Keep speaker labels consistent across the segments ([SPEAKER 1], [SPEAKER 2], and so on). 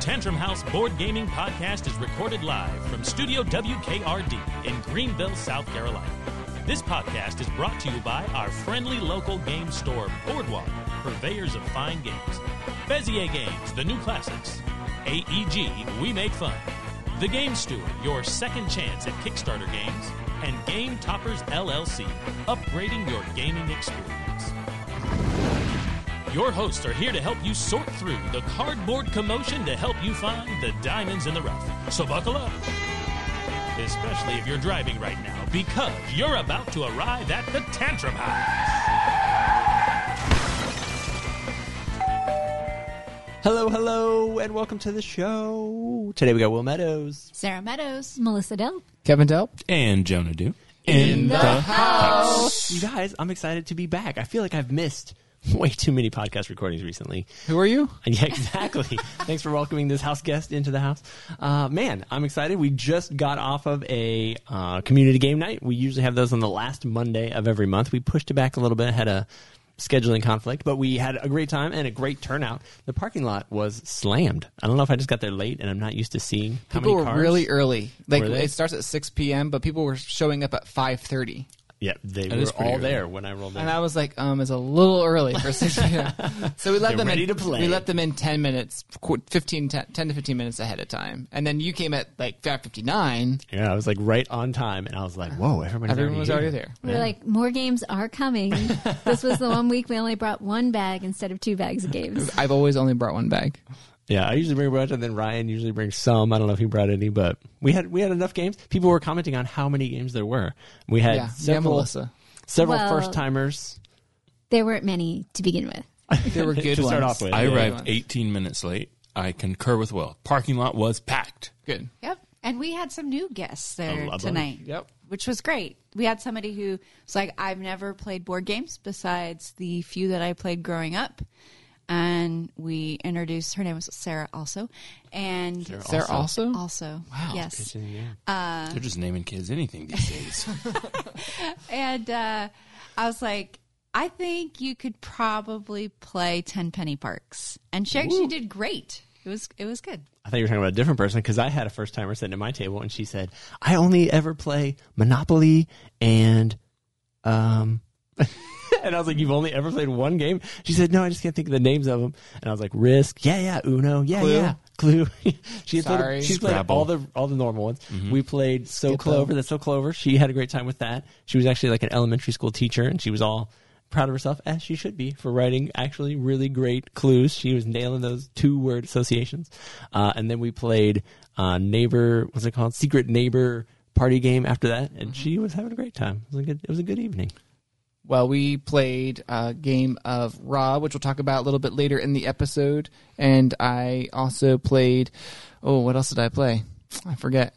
[SPEAKER 1] Tantrum House Board Gaming Podcast is recorded live from Studio WKRD in Greenville, South Carolina. This podcast is brought to you by our friendly local game store, Boardwalk, purveyors of fine games. Bezier Games, the new classics. AEG, we make fun. The Game Steward, your second chance at Kickstarter games. And Game Toppers LLC, upgrading your gaming experience. Your hosts are here to help you sort through the cardboard commotion to help you find the diamonds in the rough. So buckle up. Especially if you're driving right now, because you're about to arrive at the Tantrum House.
[SPEAKER 2] Hello, hello, and welcome to the show. Today we got Will Meadows.
[SPEAKER 3] Sarah Meadows, Melissa Delp.
[SPEAKER 4] Kevin Delp.
[SPEAKER 5] and Jonah do.
[SPEAKER 4] In the
[SPEAKER 2] You guys, I'm excited to be back. I feel like I've missed way too many podcast recordings recently.
[SPEAKER 4] Who are you?
[SPEAKER 2] And yeah, exactly. Thanks for welcoming this house guest into the house. Uh, man, I'm excited. We just got off of a uh, community game night. We usually have those on the last Monday of every month. We pushed it back a little bit, had a scheduling conflict, but we had a great time and a great turnout. The parking lot was slammed. I don't know if I just got there late and I'm not used to seeing how many
[SPEAKER 4] people were
[SPEAKER 2] cars.
[SPEAKER 4] really early. Like
[SPEAKER 2] Were they?
[SPEAKER 4] it starts at six p.m., but people were showing up at five thirty,
[SPEAKER 2] Yeah, they
[SPEAKER 5] is
[SPEAKER 2] were
[SPEAKER 5] pretty
[SPEAKER 2] all
[SPEAKER 5] early.
[SPEAKER 2] there when I rolled in.
[SPEAKER 4] and I was like, "Um, it's a little early for six p.m." so we let them
[SPEAKER 2] ready
[SPEAKER 4] in,
[SPEAKER 2] to play.
[SPEAKER 4] We let them in ten minutes, qu- 15, 10, 10 to fifteen minutes ahead of time, and then you came at like five fifty nine.
[SPEAKER 2] yeah, I was like right on time, and I was like, "Whoa, everybody's
[SPEAKER 4] Everyone was already there.
[SPEAKER 3] We were like, more games are coming. this was the one week we only brought one bag instead of two bags of games.
[SPEAKER 4] I've always only brought one bag.
[SPEAKER 2] Yeah, I usually bring a bunch, and then Ryan usually brings some. I don't know if he brought any, but we had we had enough games. People were commenting on how many games there were. We had
[SPEAKER 4] Yeah, yeah,
[SPEAKER 2] several
[SPEAKER 4] Melissa.
[SPEAKER 2] several
[SPEAKER 3] Well-
[SPEAKER 2] first timers.
[SPEAKER 3] There weren't many to begin with.
[SPEAKER 4] They were good
[SPEAKER 2] to start
[SPEAKER 4] ones.
[SPEAKER 2] off with.
[SPEAKER 5] I
[SPEAKER 2] yeah.
[SPEAKER 5] arrived 18 minutes late. I concur with Will. Parking lot was packed.
[SPEAKER 4] Good.
[SPEAKER 6] Yep. And we had some new guests
[SPEAKER 2] A
[SPEAKER 6] there
[SPEAKER 2] lot of
[SPEAKER 6] tonight.
[SPEAKER 4] Yep.
[SPEAKER 6] Which was great. We had somebody who was like, I've never played board games besides the few that I played growing up. And we introduced her name was Sarah also. And
[SPEAKER 4] Sarah also.
[SPEAKER 6] also. Wow. Yes.
[SPEAKER 5] They're just naming kids anything these days.
[SPEAKER 6] And uh, I was like, I think you could probably play Ten Penny Parks. And she actually did great. It was it was good.
[SPEAKER 2] I think you were talking about a different person because I had a first timer sitting at my table, and she said, "I only ever play Monopoly and um." And I was like, "You've only ever played one game?" She said, "No, I just can't think of the names of them." And I was like, "Risk, yeah, yeah, Uno, yeah,
[SPEAKER 4] Clue.
[SPEAKER 2] yeah, Clue." she had
[SPEAKER 4] Sorry.
[SPEAKER 2] played, she's played
[SPEAKER 5] Scrabble.
[SPEAKER 2] all the all the normal ones. We played So
[SPEAKER 4] Skip
[SPEAKER 2] Clover.
[SPEAKER 4] them.
[SPEAKER 2] That's So Clover. She had a great time with that. She was actually like an elementary school teacher, and she was all proud of herself, as she should be, for writing actually really great clues. She was nailing those two word associations. Uh, and then we played uh, neighbor. What's it called? Secret neighbor party game after that, and she was having a great time. It was a good. It was a good evening.
[SPEAKER 4] Well, we played a game of Raw, which we'll talk about a little bit later in the episode. And I also played. Oh, what else did I play? I forget.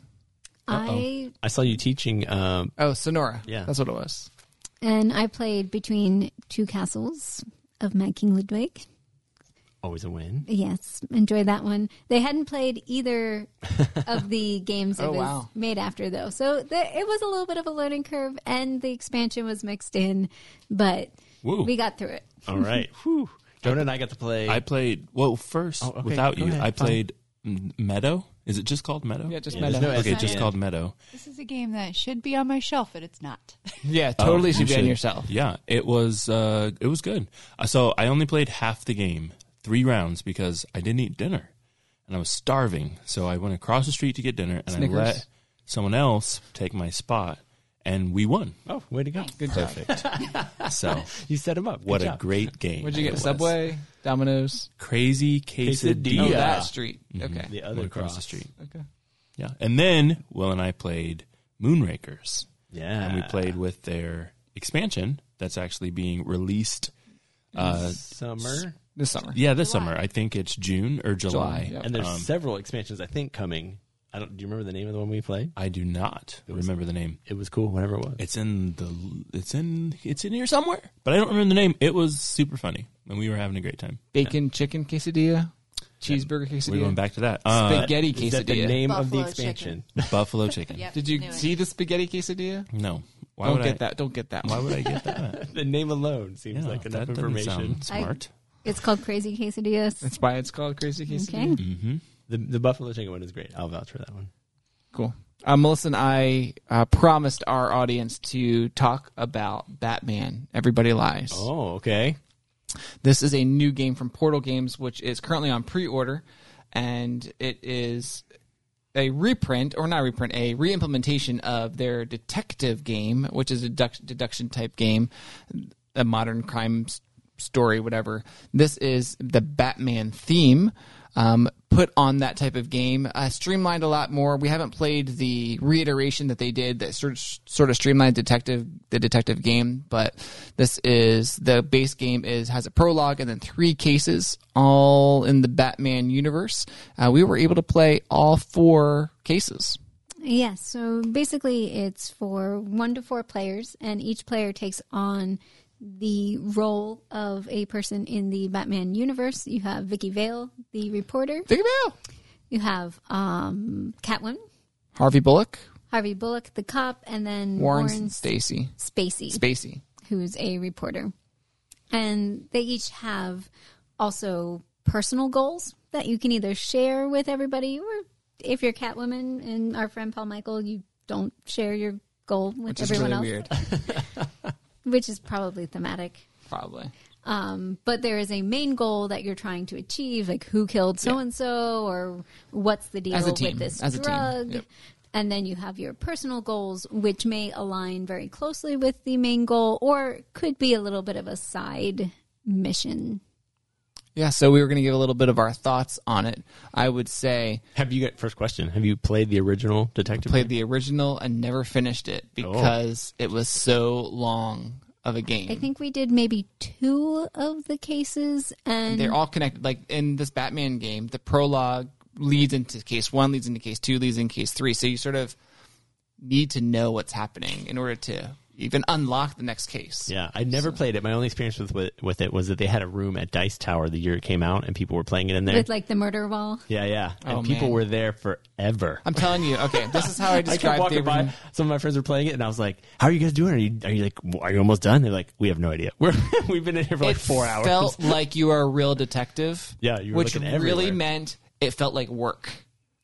[SPEAKER 3] I
[SPEAKER 2] I saw you teaching. Um,
[SPEAKER 4] Oh, Sonora.
[SPEAKER 2] Yeah.
[SPEAKER 4] that's what it was.
[SPEAKER 3] and I played between two castles of my King Ludwig.
[SPEAKER 2] always a win.
[SPEAKER 3] Yes, enjoyed that one. They hadn't played either of the games it
[SPEAKER 4] Oh,
[SPEAKER 3] was
[SPEAKER 4] wow.
[SPEAKER 3] made after, though. So the, it was a little bit of a learning curve, and the expansion was mixed in, but
[SPEAKER 5] Woo.
[SPEAKER 3] we got through it.
[SPEAKER 2] All right. Whew. Jonah and I got to play.
[SPEAKER 5] I played, well,
[SPEAKER 4] Oh,
[SPEAKER 5] first,
[SPEAKER 2] okay.
[SPEAKER 5] without
[SPEAKER 2] Go
[SPEAKER 5] you,
[SPEAKER 2] ahead.
[SPEAKER 5] I
[SPEAKER 2] Fine.
[SPEAKER 5] played M- Meadow. Is it just called Meadow?
[SPEAKER 4] Yeah, just
[SPEAKER 2] there's
[SPEAKER 4] Meadow.
[SPEAKER 2] no
[SPEAKER 5] okay,
[SPEAKER 2] Yeah.
[SPEAKER 5] just called Meadow.
[SPEAKER 6] This is a game that should be on my shelf, but it's not.
[SPEAKER 4] yeah, totally
[SPEAKER 5] Oh,
[SPEAKER 4] should be on
[SPEAKER 5] should.
[SPEAKER 4] yourself.
[SPEAKER 5] Yeah, it was uh, it was good. Uh, So I only played half the game, three rounds, because I didn't eat dinner, and I was starving. So I went across the street to get dinner, and
[SPEAKER 4] Snickers.
[SPEAKER 5] I let someone else take my spot, and we won.
[SPEAKER 2] oh, way to go!
[SPEAKER 4] Good job.
[SPEAKER 5] Perfect. so
[SPEAKER 2] You set him up. Good
[SPEAKER 5] what a
[SPEAKER 2] job.
[SPEAKER 5] great game!
[SPEAKER 4] What'd you get?
[SPEAKER 5] it was.
[SPEAKER 4] Subway, Domino's.
[SPEAKER 5] Crazy quesadilla.
[SPEAKER 2] Yeah.
[SPEAKER 4] Oh, that street. Okay.
[SPEAKER 2] The
[SPEAKER 5] Went
[SPEAKER 2] other
[SPEAKER 5] across the
[SPEAKER 2] cross.
[SPEAKER 5] street.
[SPEAKER 4] Okay.
[SPEAKER 5] Yeah, and then Will and I played Moonrakers.
[SPEAKER 2] Yeah,
[SPEAKER 5] and we played with their expansion that's actually being released. Uh,
[SPEAKER 2] summer.
[SPEAKER 4] This summer.
[SPEAKER 5] yeah, this summer. I think it's June or July.
[SPEAKER 4] yeah.
[SPEAKER 2] And there's several expansions I think coming. I don't. Do you remember the name of the one we played?
[SPEAKER 5] I do not remember the name.
[SPEAKER 2] It was cool. Whatever it was.
[SPEAKER 5] It's in the it's in it's in here somewhere, but I don't remember the name. It was super funny, and we were having a great time.
[SPEAKER 4] Bacon chicken quesadilla, cheeseburger quesadilla,
[SPEAKER 5] We're going back to that uh,
[SPEAKER 4] spaghetti
[SPEAKER 2] Is that the
[SPEAKER 4] quesadilla.
[SPEAKER 2] name of the
[SPEAKER 6] Buffalo
[SPEAKER 2] expansion?
[SPEAKER 5] buffalo chicken.
[SPEAKER 6] Yep,
[SPEAKER 4] Did you
[SPEAKER 6] knew it.
[SPEAKER 4] see the spaghetti quesadilla?
[SPEAKER 5] No, why
[SPEAKER 4] don't
[SPEAKER 5] would
[SPEAKER 4] get
[SPEAKER 5] I?
[SPEAKER 4] that. Don't get that.
[SPEAKER 5] Why
[SPEAKER 4] One.
[SPEAKER 5] would I get that?
[SPEAKER 2] the name alone seems
[SPEAKER 5] Yeah,
[SPEAKER 2] like
[SPEAKER 5] that
[SPEAKER 2] enough
[SPEAKER 5] doesn't
[SPEAKER 2] information.
[SPEAKER 5] sound smart.
[SPEAKER 3] It's called Crazy Quesadillas.
[SPEAKER 4] That's why it's called crazy quesadilla.
[SPEAKER 3] Okay.
[SPEAKER 5] mm-hmm.
[SPEAKER 2] The, the buffalo chicken one is great. I'll vouch for that one.
[SPEAKER 4] Cool. Uh, Melissa and I uh, promised our audience to talk about Batman. Everybody lies.
[SPEAKER 2] Oh, okay.
[SPEAKER 4] This is a new game from Portal Games, which is currently on pre-order, and it is a reprint or not reprint, a re-implementation of their detective game, which is a deduc- deduction type game, a modern crime s- story, whatever. This is the Batman theme. Um, put on that type of game, uh, streamlined a lot more. We haven't played the reiteration that they did that sort of, sort of streamlined detective the detective game, but this is the base game is has a prologue and then three cases all in the Batman universe. Uh, we were able to play all four cases.
[SPEAKER 3] Yes. So basically, it's for one to four players, and each player takes on the role of a person in the Batman universe. You have Vicky Vale, the reporter.
[SPEAKER 4] Think about it.
[SPEAKER 3] You have um, Catwoman,
[SPEAKER 4] Harvey Bullock,
[SPEAKER 3] Harvey Bullock, the cop, and then
[SPEAKER 4] Warren,
[SPEAKER 3] Warren,
[SPEAKER 4] Stacy,
[SPEAKER 3] Spacey,
[SPEAKER 4] Spacey.
[SPEAKER 3] who's a reporter. And they each have also personal goals that you can either share with everybody, or if you're Catwoman and our friend Paul Michael, you don't share your goal with
[SPEAKER 4] Which is
[SPEAKER 3] everyone
[SPEAKER 4] really
[SPEAKER 3] else.
[SPEAKER 4] weird,
[SPEAKER 3] which is probably thematic.
[SPEAKER 4] probably.
[SPEAKER 3] Um, but there is a main goal that you're trying to achieve, like who killed so and so, or what's the deal
[SPEAKER 4] As a team.
[SPEAKER 3] with this
[SPEAKER 4] As a team.
[SPEAKER 3] drug.
[SPEAKER 4] Yep.
[SPEAKER 3] And then you have your personal goals, which may align very closely with the main goal, or could be a little bit of a side mission.
[SPEAKER 4] Yeah, so we were going to give a little bit of our thoughts on it. I would say
[SPEAKER 2] Have you got first question? Have you played the original detective?
[SPEAKER 4] played the original and never finished it
[SPEAKER 2] Oh.
[SPEAKER 4] because it was so long of a game.
[SPEAKER 3] I think we did maybe two of the cases, and
[SPEAKER 4] they're all connected. Like in this Batman game, the prologue leads into case one, leads into case two, leads into case three. So you sort of need to know what's happening in order to even unlock the next case.
[SPEAKER 2] Yeah, I never played it. My only experience with, with with it was that they had a room at Dice Tower the year it came out, and people were playing it in there.
[SPEAKER 3] with like the murder wall.
[SPEAKER 2] yeah, yeah, and
[SPEAKER 4] Oh,
[SPEAKER 2] people
[SPEAKER 4] man.
[SPEAKER 2] were there forever.
[SPEAKER 4] I'm telling you, okay, this is how I
[SPEAKER 2] I kept
[SPEAKER 4] describe the
[SPEAKER 2] walking by.
[SPEAKER 4] original-
[SPEAKER 2] Some of my friends were playing it, and I was like, "How are you guys doing? Are you are you like are you almost done?" They're like, "We have no idea. We're we've been in here for like
[SPEAKER 4] It
[SPEAKER 2] four hours."
[SPEAKER 4] Felt like you are a real detective.
[SPEAKER 2] Yeah, you were
[SPEAKER 4] which
[SPEAKER 2] looking
[SPEAKER 4] really
[SPEAKER 2] everywhere.
[SPEAKER 4] meant it felt like work.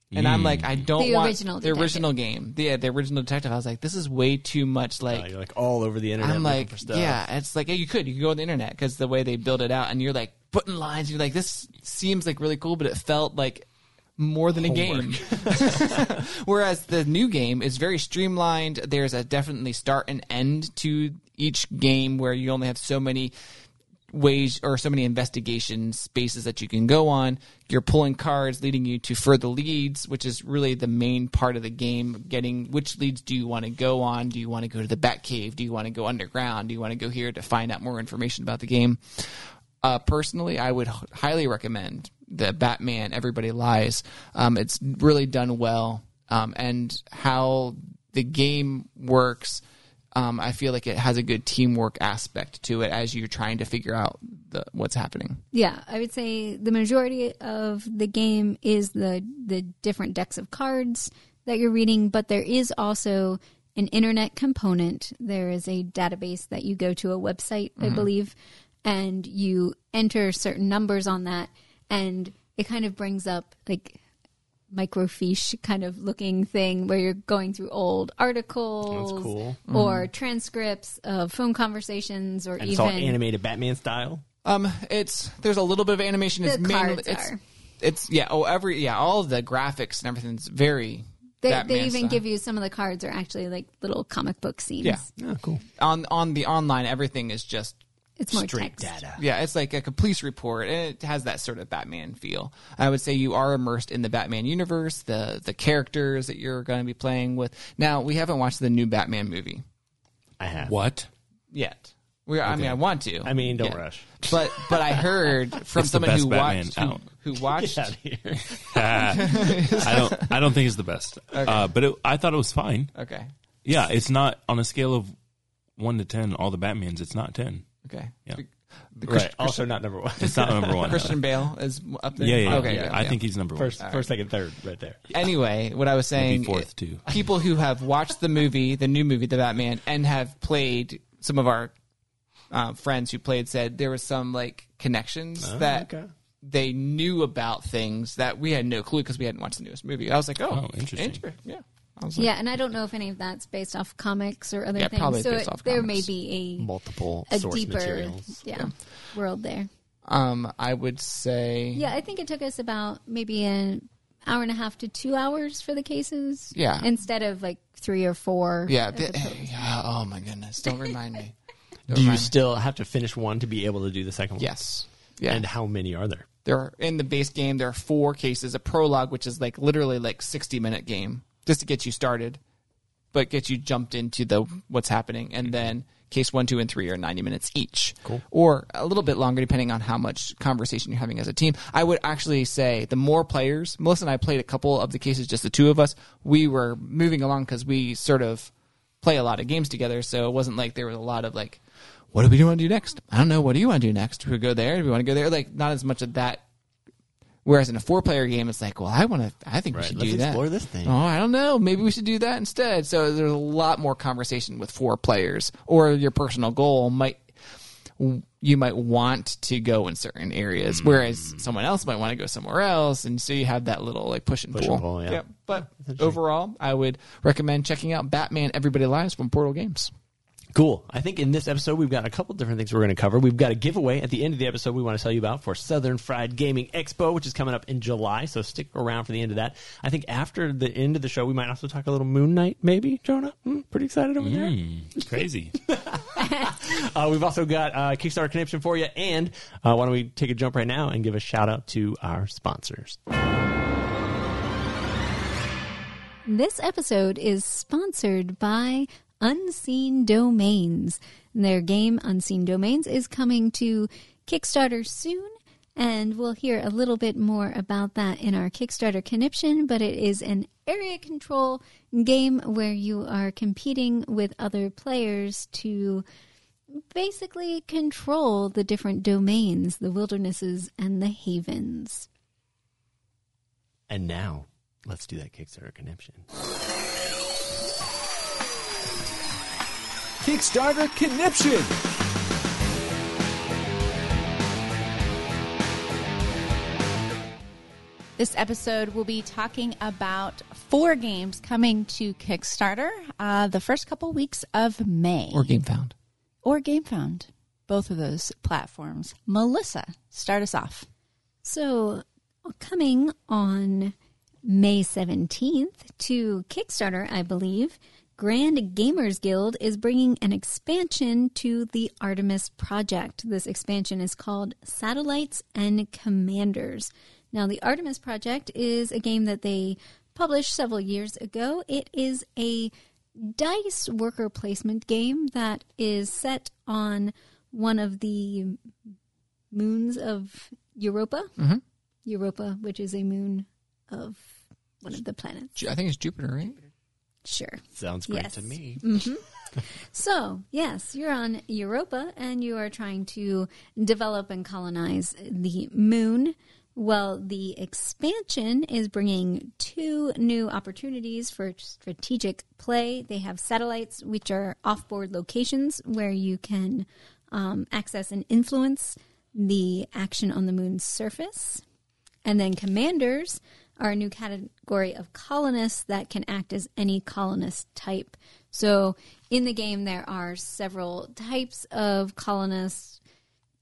[SPEAKER 4] And I'm like, I don't
[SPEAKER 3] The
[SPEAKER 4] want
[SPEAKER 3] original
[SPEAKER 4] the
[SPEAKER 3] detective.
[SPEAKER 4] original game. Yeah, the original detective. I was like, this is way too much.
[SPEAKER 2] Uh,
[SPEAKER 4] Like,
[SPEAKER 2] you're like all over the internet.
[SPEAKER 4] I'm
[SPEAKER 2] looking
[SPEAKER 4] like,
[SPEAKER 2] for stuff.
[SPEAKER 4] yeah, it's like yeah, you could you could go on the internet because the way they build it out, and you're like putting lines. You're like, this seems like really cool, but it felt like more than a game. Whereas the new game is very streamlined. There's a definitely start and end to each game where you only have so many ways or so many investigation spaces that you can go on. You're pulling cards leading you to further leads, which is really the main part of the game. Getting which leads do you want to go on? Do you want to go to the Batcave? Do you want to go underground? Do you want to go here to find out more information about the game? Uh, personally, I would h- highly recommend the Batman Everybody Lies. Um, it's really done well, um, and how the game works um, I feel like it has a good teamwork aspect to it as you're trying to figure out the, what's happening.
[SPEAKER 3] Yeah, I would say the majority of the game is the the different decks of cards that you're reading, but there is also an internet component. There is a database that you go to a website,
[SPEAKER 2] Mm-hmm.
[SPEAKER 3] I believe, and you enter certain numbers on that and it kind of brings up like microfiche kind of looking thing where you're going through old articles
[SPEAKER 2] cool. Mm-hmm.
[SPEAKER 3] or transcripts of phone conversations or
[SPEAKER 2] and
[SPEAKER 3] even
[SPEAKER 2] it's all animated Batman style.
[SPEAKER 4] Um, it's there's a little bit of animation. It's
[SPEAKER 3] The
[SPEAKER 4] mainly
[SPEAKER 3] cards
[SPEAKER 4] it's,
[SPEAKER 3] are.
[SPEAKER 4] it's yeah. Oh, every yeah, all of the graphics and everything's very.
[SPEAKER 3] They,
[SPEAKER 4] Batman
[SPEAKER 3] they even
[SPEAKER 4] style.
[SPEAKER 3] give you some of the cards are actually like little comic book scenes.
[SPEAKER 4] yeah
[SPEAKER 2] Oh, cool.
[SPEAKER 4] on on the online everything is just
[SPEAKER 3] It's more
[SPEAKER 2] Straight
[SPEAKER 3] text.
[SPEAKER 2] data.
[SPEAKER 4] yeah it's like a police report and it has that sort of batman feel i would say you are immersed in the batman universe the the characters that you're going to be playing with now we haven't watched the new batman movie
[SPEAKER 2] I have.
[SPEAKER 5] What?
[SPEAKER 4] yet we i mean i want to
[SPEAKER 2] I mean, don't
[SPEAKER 4] Yeah.
[SPEAKER 2] rush.
[SPEAKER 4] but but I heard from
[SPEAKER 5] It's the
[SPEAKER 4] someone
[SPEAKER 5] best
[SPEAKER 4] who
[SPEAKER 5] Batman
[SPEAKER 4] watched
[SPEAKER 5] out.
[SPEAKER 4] who, who watched
[SPEAKER 2] Out of here.
[SPEAKER 5] I don't. I don't think it's the best. Uh, but it, I thought it was fine.
[SPEAKER 4] okay
[SPEAKER 5] Yeah, it's not on a scale of one to ten. All the Batman's, it's not ten.
[SPEAKER 4] okay
[SPEAKER 5] Yeah.
[SPEAKER 4] The Chris-
[SPEAKER 2] Right. Also, not number one.
[SPEAKER 5] It's not number one.
[SPEAKER 4] Christian Bale is up there.
[SPEAKER 5] Yeah, yeah. yeah.
[SPEAKER 4] okay.
[SPEAKER 5] Yeah,
[SPEAKER 4] good,
[SPEAKER 5] I
[SPEAKER 4] yeah.
[SPEAKER 5] think he's number one.
[SPEAKER 2] First, first, second, third, right there.
[SPEAKER 4] Anyway, what I was saying,
[SPEAKER 5] fourth, too.
[SPEAKER 4] people who have watched the movie, the new movie, The Batman, and have played
[SPEAKER 5] Oh,
[SPEAKER 4] some of our uh, friends who played said there was some like connections that
[SPEAKER 2] okay.
[SPEAKER 4] they knew about things that we had no clue because we hadn't watched the newest movie. I was like, oh,
[SPEAKER 5] Oh, interesting.
[SPEAKER 4] inter- yeah. I was like,
[SPEAKER 3] Yeah, and I don't know if any of that's based off comics or other
[SPEAKER 4] Yeah,
[SPEAKER 3] things.
[SPEAKER 4] probably
[SPEAKER 3] so
[SPEAKER 4] based
[SPEAKER 3] it-
[SPEAKER 4] off
[SPEAKER 3] there may
[SPEAKER 4] comics.
[SPEAKER 3] be a
[SPEAKER 2] multiple
[SPEAKER 3] a
[SPEAKER 2] source
[SPEAKER 3] deeper
[SPEAKER 2] materials.
[SPEAKER 3] Yeah, world there.
[SPEAKER 4] Um, I would say,
[SPEAKER 3] Yeah, I think it took us about maybe an hour and a half to two hours for the cases.
[SPEAKER 4] Yeah.
[SPEAKER 3] Instead of like three or four.
[SPEAKER 4] yeah.
[SPEAKER 3] as
[SPEAKER 4] th-
[SPEAKER 3] opposed-
[SPEAKER 4] yeah, oh my goodness! Don't remind me. Don't
[SPEAKER 2] Do you
[SPEAKER 4] remind me.
[SPEAKER 2] still have to finish one to be able to do the second one?
[SPEAKER 4] Yes. Yeah.
[SPEAKER 2] And how many are there?
[SPEAKER 4] there are, in the base game there are four cases a prologue which is like literally like 60 minute game just to get you started but get you jumped into the what's happening and then case one two and three are 90 minutes each cool. or a little bit longer depending on how much conversation you're having as a team i would actually say the more players melissa and i played a couple of the cases just the two of us we were moving along because we sort of play a lot of games together so it wasn't like there was a lot of like what do we want to do next i don't know what do you want to do next do we go there do we want to go there like not as much of that Whereas in a four player game, it's like, well, I want to, I think we
[SPEAKER 2] Right,
[SPEAKER 4] should
[SPEAKER 2] let's
[SPEAKER 4] do that.
[SPEAKER 2] explore this thing.
[SPEAKER 4] Oh, I don't know. Maybe we should do that instead. So there's a lot more conversation with four players, or your personal goal might, you might want to go in certain areas,
[SPEAKER 2] Hmm.
[SPEAKER 4] whereas someone else might want to go somewhere else. And so you have that little like push and
[SPEAKER 2] Push
[SPEAKER 4] pull.
[SPEAKER 2] and pull, yeah.
[SPEAKER 4] Yep. But overall, I would recommend checking out Batman Everybody Lives from Portal Games.
[SPEAKER 2] Cool. I think in this episode, we've got a couple different things we're going to cover. We've got a giveaway at the end of the episode we want to tell you about for Southern Fried Gaming Expo, which is coming up in July. So stick around for the end of that. I think after the end of the show, we might also talk a little Moon Knight, maybe, Jonah. Hmm, pretty excited over
[SPEAKER 5] Mm.
[SPEAKER 2] there.
[SPEAKER 5] Crazy.
[SPEAKER 2] Uh, we've also got uh, Kickstarter connection for you. And uh, why don't we take a jump right now and give a shout out to our sponsors?
[SPEAKER 3] This episode is sponsored by Unseen Domains. Their game Unseen Domains is coming to Kickstarter soon, and we'll hear a little bit more about that in our Kickstarter conniption. But it is an area control game where you are competing with other players to basically control the different domains, the wildernesses, and the havens.
[SPEAKER 2] And now, let's do that Kickstarter connection.
[SPEAKER 7] Kickstarter Conniption.
[SPEAKER 6] This episode, we'll be talking about four games coming to Kickstarter uh, the first couple weeks of May.
[SPEAKER 4] Or Game Found.
[SPEAKER 6] or GameFound, both of those platforms. Melissa, start us off.
[SPEAKER 3] So, coming on May 17th to Kickstarter, I believe, Grand Gamers Guild is bringing an expansion to the Artemis Project. This expansion is called Satellites and Commanders. Now, the Artemis Project is a game that they published several years ago. It is a dice worker placement game that is set on one of the moons of Europa. Europa, which is a moon of one of the planets.
[SPEAKER 4] Ju- I think it's Jupiter, right?
[SPEAKER 3] Sure.
[SPEAKER 2] Sounds great
[SPEAKER 3] Yes. Mm-hmm.
[SPEAKER 2] to me.
[SPEAKER 3] So, yes, you're on Europa and you are trying to develop and colonize the moon. Well, the expansion is bringing two new opportunities for strategic play. They have satellites, which are offboard locations where you can um, access and influence the action on the moon's surface. And then commanders are a new category of colonists that can act as any colonist type. So in the game, there are several types of colonists,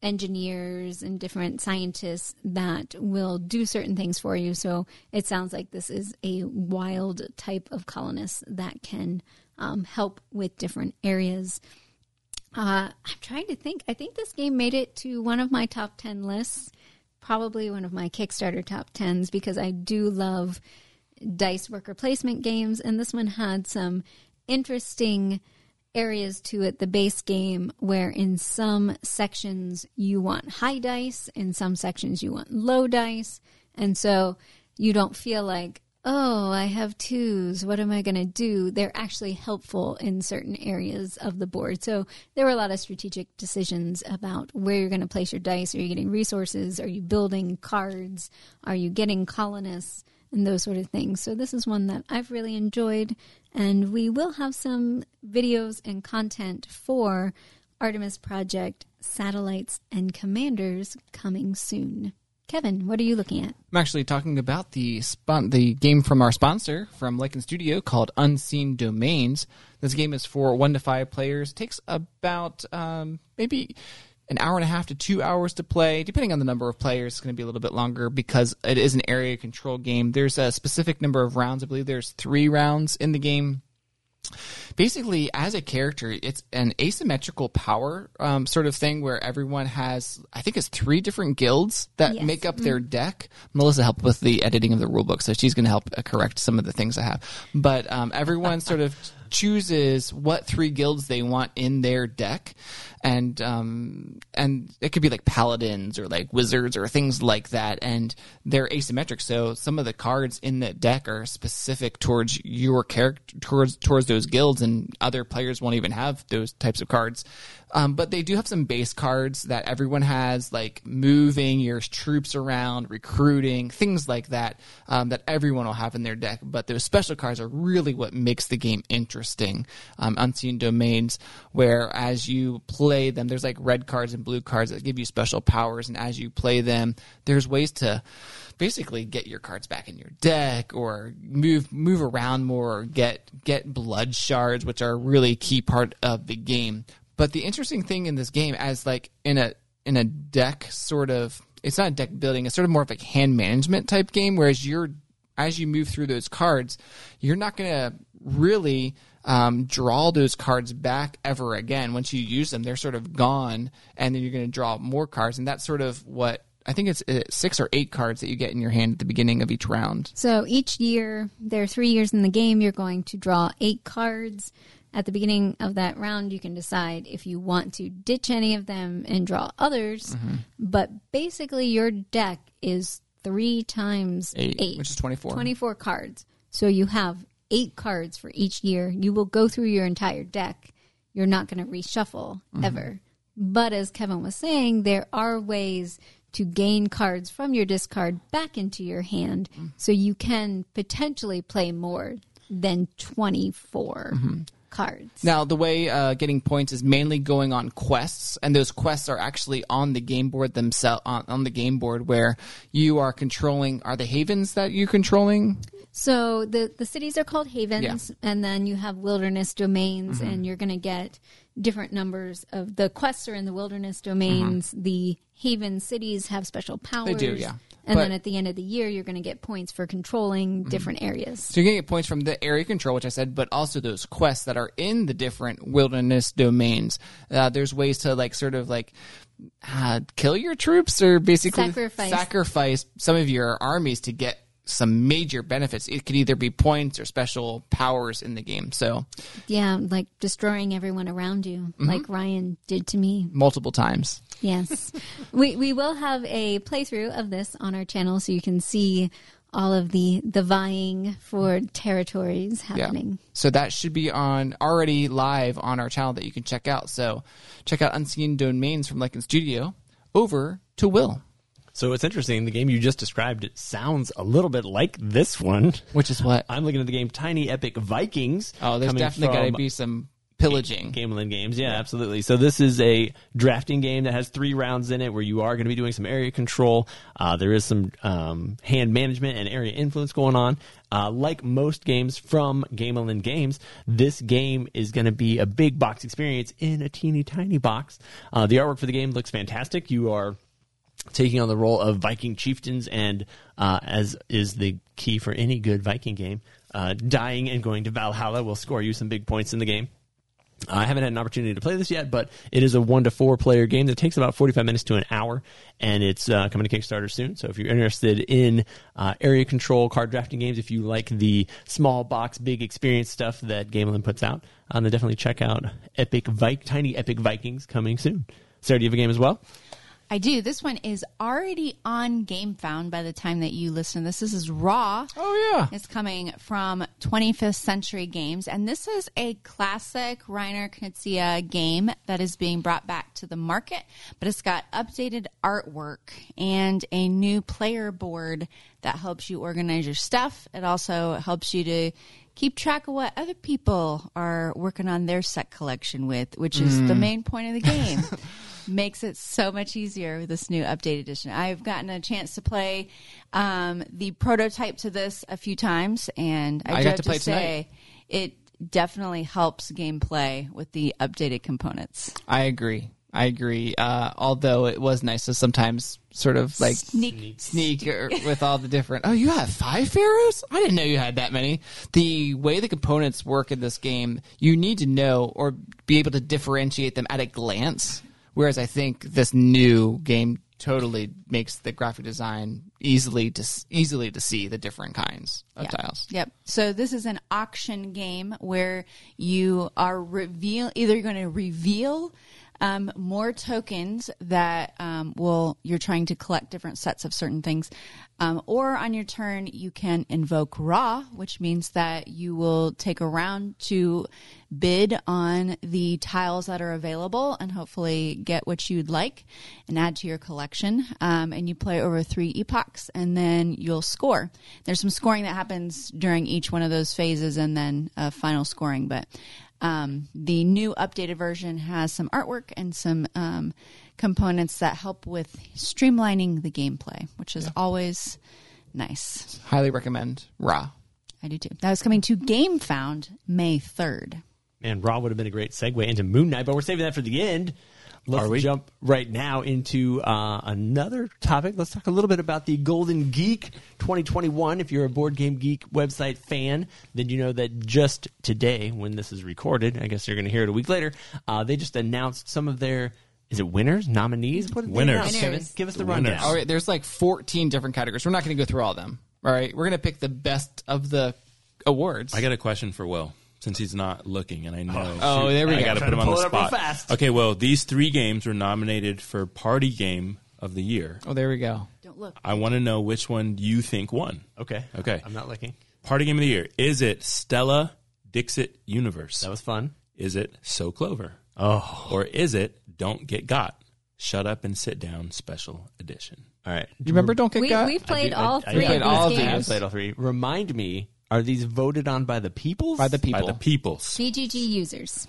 [SPEAKER 3] engineers, and different scientists that will do certain things for you. So it sounds like this is a wild type of colonist that can um, help with different areas. Uh, I'm trying to think. I think this game made it to one of my top 10 lists, probably one of my Kickstarter top 10s, because I do love dice worker placement games. And this one had some interesting areas to it the base game where in some sections you want high dice in some sections you want low dice and so you don't feel like oh i have twos what am i going to do they're actually helpful in certain areas of the board so there were a lot of strategic decisions about where you're going to place your dice are you getting resources are you building cards are you getting colonists and those sort of things. So this is one that I've really enjoyed, and we will have some videos and content for Artemis Project satellites and commanders coming soon. Kevin, what are you looking at?
[SPEAKER 4] I'm actually talking about the spon- the game from our sponsor from Lycan Studio called Unseen Domains. This game is for one to five players. It takes about um, maybe an hour and a half to two hours to play, depending on the number of players. It's going to be a little bit longer because it is an area control game. There's a specific number of rounds. I believe there's three rounds in the game basically as a character it's an asymmetrical power um, sort of thing where everyone has i think it's three different guilds that
[SPEAKER 3] Yes.
[SPEAKER 4] make up their deck melissa helped with the editing of the rule book so she's going to help uh, correct some of the things i have but um, everyone sort of chooses what three guilds they want in their deck and um, and it could be like paladins or like wizards or things like that and they're asymmetric so some of the cards in the deck are specific towards your character towards towards those guilds and other players won't even have those types of cards um, but they do have some base cards that everyone has like moving your troops around recruiting things like that um, that everyone will have in their deck but those special cards are really what makes the game interesting um, unseen domains where as you play them there's like red cards and blue cards that give you special powers and as you play them there's ways to basically get your cards back in your deck or move move around more or get get blood shards which are a really key part of the game but the interesting thing in this game as like in a in a deck sort of it's not deck building it's sort of more of like hand management type game whereas you're as you move through those cards you're not going to really um, draw those cards back ever again once you use them they're sort of gone and then you're going to draw more cards and that's sort of what I think it's uh, six or eight cards that you get in your hand at the beginning of each round.
[SPEAKER 3] So each year, there are three years in the game. You're going to draw eight cards. At the beginning of that round, you can decide if you want to ditch any of them and draw others.
[SPEAKER 4] Mm-hmm.
[SPEAKER 3] But basically, your deck is three times eight,
[SPEAKER 4] which is 24.
[SPEAKER 3] 24 cards. So you have eight cards for each year. You will go through your entire deck. You're not going to reshuffle ever. But as Kevin was saying, there are ways to gain cards from your discard back into your hand. So you can potentially play more than 24 cards.
[SPEAKER 4] Now, the way uh, getting points is mainly going on quests, and those quests are actually on the game board themselves, on, on the game board where you are controlling. Are the havens that you're controlling?
[SPEAKER 3] So the the cities are called havens, and then you have wilderness domains,
[SPEAKER 4] Mm-hmm.
[SPEAKER 3] and you're going to get different numbers of the quests are in the wilderness domains. The haven cities have special powers.
[SPEAKER 4] Mm-hmm. do, yeah.
[SPEAKER 3] And
[SPEAKER 4] But- Mm-hmm.
[SPEAKER 3] then at the end of the year, you're going to get points for controlling different areas.
[SPEAKER 4] So you're going to get points from the area control, which I said, but also those quests that are in the different wilderness domains. Uh, there's ways to like sort of like uh, kill your troops or basically
[SPEAKER 3] Sacrifice.
[SPEAKER 4] sacrifice some of your armies to get some major benefits. It could either be points or special powers in the game. So
[SPEAKER 3] Yeah, like destroying everyone around you,
[SPEAKER 4] Mm-hmm.
[SPEAKER 3] like Ryan did to me.
[SPEAKER 4] multiple times.
[SPEAKER 3] Yes. we we will have a playthrough of this on our channel so you can see all of the the vying for
[SPEAKER 4] Mm-hmm.
[SPEAKER 3] territories happening.
[SPEAKER 4] So that should be on already live on our channel that you can check out. So check out Unseen Domains from Lycan Studio. Over to Will,
[SPEAKER 2] So it's interesting. The game you just described it sounds a little bit like this one.
[SPEAKER 4] which is what?
[SPEAKER 2] I'm looking at the game Tiny Epic Vikings.
[SPEAKER 4] Oh, there's
[SPEAKER 2] coming
[SPEAKER 4] definitely
[SPEAKER 2] from
[SPEAKER 4] got to be some pillaging.
[SPEAKER 2] Gamelin Games. Yeah, absolutely. So this is a drafting game that has three rounds in it, where you are going to be doing some area control. Uh, there is some um, hand management and area influence going on. Uh, like most games from Gamelin Games, this game is going to be a big box experience in a teeny tiny box. Uh, the artwork for the game looks fantastic. You are taking on the role of Viking chieftains, and uh, as is the key for any good Viking game, uh, dying and going to Valhalla will score you some big points in the game. I haven't had an opportunity to play this yet, but it is a one to four player game that takes about 45 minutes to an hour, and it's uh, coming to Kickstarter soon. So if you're interested in uh, area control card drafting games, if you like the small box, big experience stuff that Gamelin puts out, um, then definitely check out Epic Vik- Tiny Epic Vikings coming soon. Sarah, do you have a game as well?
[SPEAKER 6] I do. This one is already on GameFound by the time that you listen to this. This is Raw.
[SPEAKER 4] Oh yeah.
[SPEAKER 6] It's coming from 25th Century Games, and this is a classic Reiner Knizia game that is being brought back to the market, but it's got updated artwork and a new player board that helps you organize your stuff. It also helps you to keep track of what other
[SPEAKER 4] Hmm.
[SPEAKER 6] people are working on their set collection with, which is the main point of the game. makes it so much easier with this new update edition. I've gotten a chance to play um, the prototype to this a few times, and I,
[SPEAKER 4] I
[SPEAKER 6] do
[SPEAKER 4] got
[SPEAKER 6] have
[SPEAKER 4] to
[SPEAKER 6] to,
[SPEAKER 4] play
[SPEAKER 6] say it definitely helps gameplay with the updated components.
[SPEAKER 4] I agree. I agree. Uh, although it was nice to sometimes sort of like
[SPEAKER 6] Sneak.
[SPEAKER 4] sneak er, with all the different. Oh, you have five pharaohs? I didn't know you had that many. The way the components work in this game, you need to know or be able to differentiate them at a glance. Whereas I think this new game totally makes the graphic design easily to s- easily to see the different kinds of tiles.
[SPEAKER 6] Yep. So this is an auction game where you are reveal either you're going to reveal um, more tokens that um, will you're trying to collect different sets of certain things, um, or on your turn you can invoke raw, which means that you will take a round to bid on the tiles that are available and hopefully get what you'd like and add to your collection. Um, and you play over three epochs and then you'll score. There's some scoring that happens during each one of those phases and then uh, final scoring. But um, the new updated version has some artwork and some um, components that help with streamlining the gameplay, which is always nice.
[SPEAKER 4] Highly recommend Raw.
[SPEAKER 6] I do too. That was coming to GameFound May 3rd.
[SPEAKER 2] Man, Raw would have been a great segue into Moon Knight, but we're saving that for the end. Let's
[SPEAKER 5] Are we?
[SPEAKER 2] jump right now into uh, another topic. Let's talk a little bit about the Golden Geek 2021. If you're a Board Game Geek website fan, then you know that just today, when this is recorded, I guess you're going to hear it a week later, uh, they just announced some of their, is it winners, nominees? What did they
[SPEAKER 5] Winners.
[SPEAKER 2] announce?
[SPEAKER 3] Winners.
[SPEAKER 2] Give us the
[SPEAKER 5] Winners.
[SPEAKER 2] rundown.
[SPEAKER 4] All right, there's like 14 different categories. We're not going to go through all of them. All right, we're going to pick the best of the awards.
[SPEAKER 5] I got a question for Will since he's not looking, and I know.
[SPEAKER 4] Oh, there we
[SPEAKER 5] I
[SPEAKER 4] go.
[SPEAKER 5] got to
[SPEAKER 4] Try
[SPEAKER 5] put him on
[SPEAKER 2] pull
[SPEAKER 5] the
[SPEAKER 2] it up real
[SPEAKER 5] spot.
[SPEAKER 2] fast.
[SPEAKER 5] Okay, well, these three games were nominated for Party Game of the Year.
[SPEAKER 4] oh, there we go.
[SPEAKER 6] Don't look.
[SPEAKER 5] I want to know which one you think won.
[SPEAKER 2] Okay.
[SPEAKER 5] Okay.
[SPEAKER 2] I'm not looking.
[SPEAKER 5] Party Game of the Year. Is it Stella Dixit Universe?
[SPEAKER 2] That was fun.
[SPEAKER 5] Is it So Clover?
[SPEAKER 2] Oh.
[SPEAKER 5] Or is it Don't Get Got? Shut Up and Sit Down Special Edition.
[SPEAKER 2] All right.
[SPEAKER 4] You remember Don't Get
[SPEAKER 3] We,
[SPEAKER 4] Got?
[SPEAKER 3] we've played
[SPEAKER 2] I-
[SPEAKER 3] all
[SPEAKER 2] I-
[SPEAKER 3] three
[SPEAKER 2] I played
[SPEAKER 3] of
[SPEAKER 4] all
[SPEAKER 3] these
[SPEAKER 4] of these.
[SPEAKER 2] I
[SPEAKER 3] games.
[SPEAKER 2] played all three. Remind me, are these voted on by the peoples?
[SPEAKER 4] By the people.
[SPEAKER 5] By the Peoples.
[SPEAKER 3] GGG users.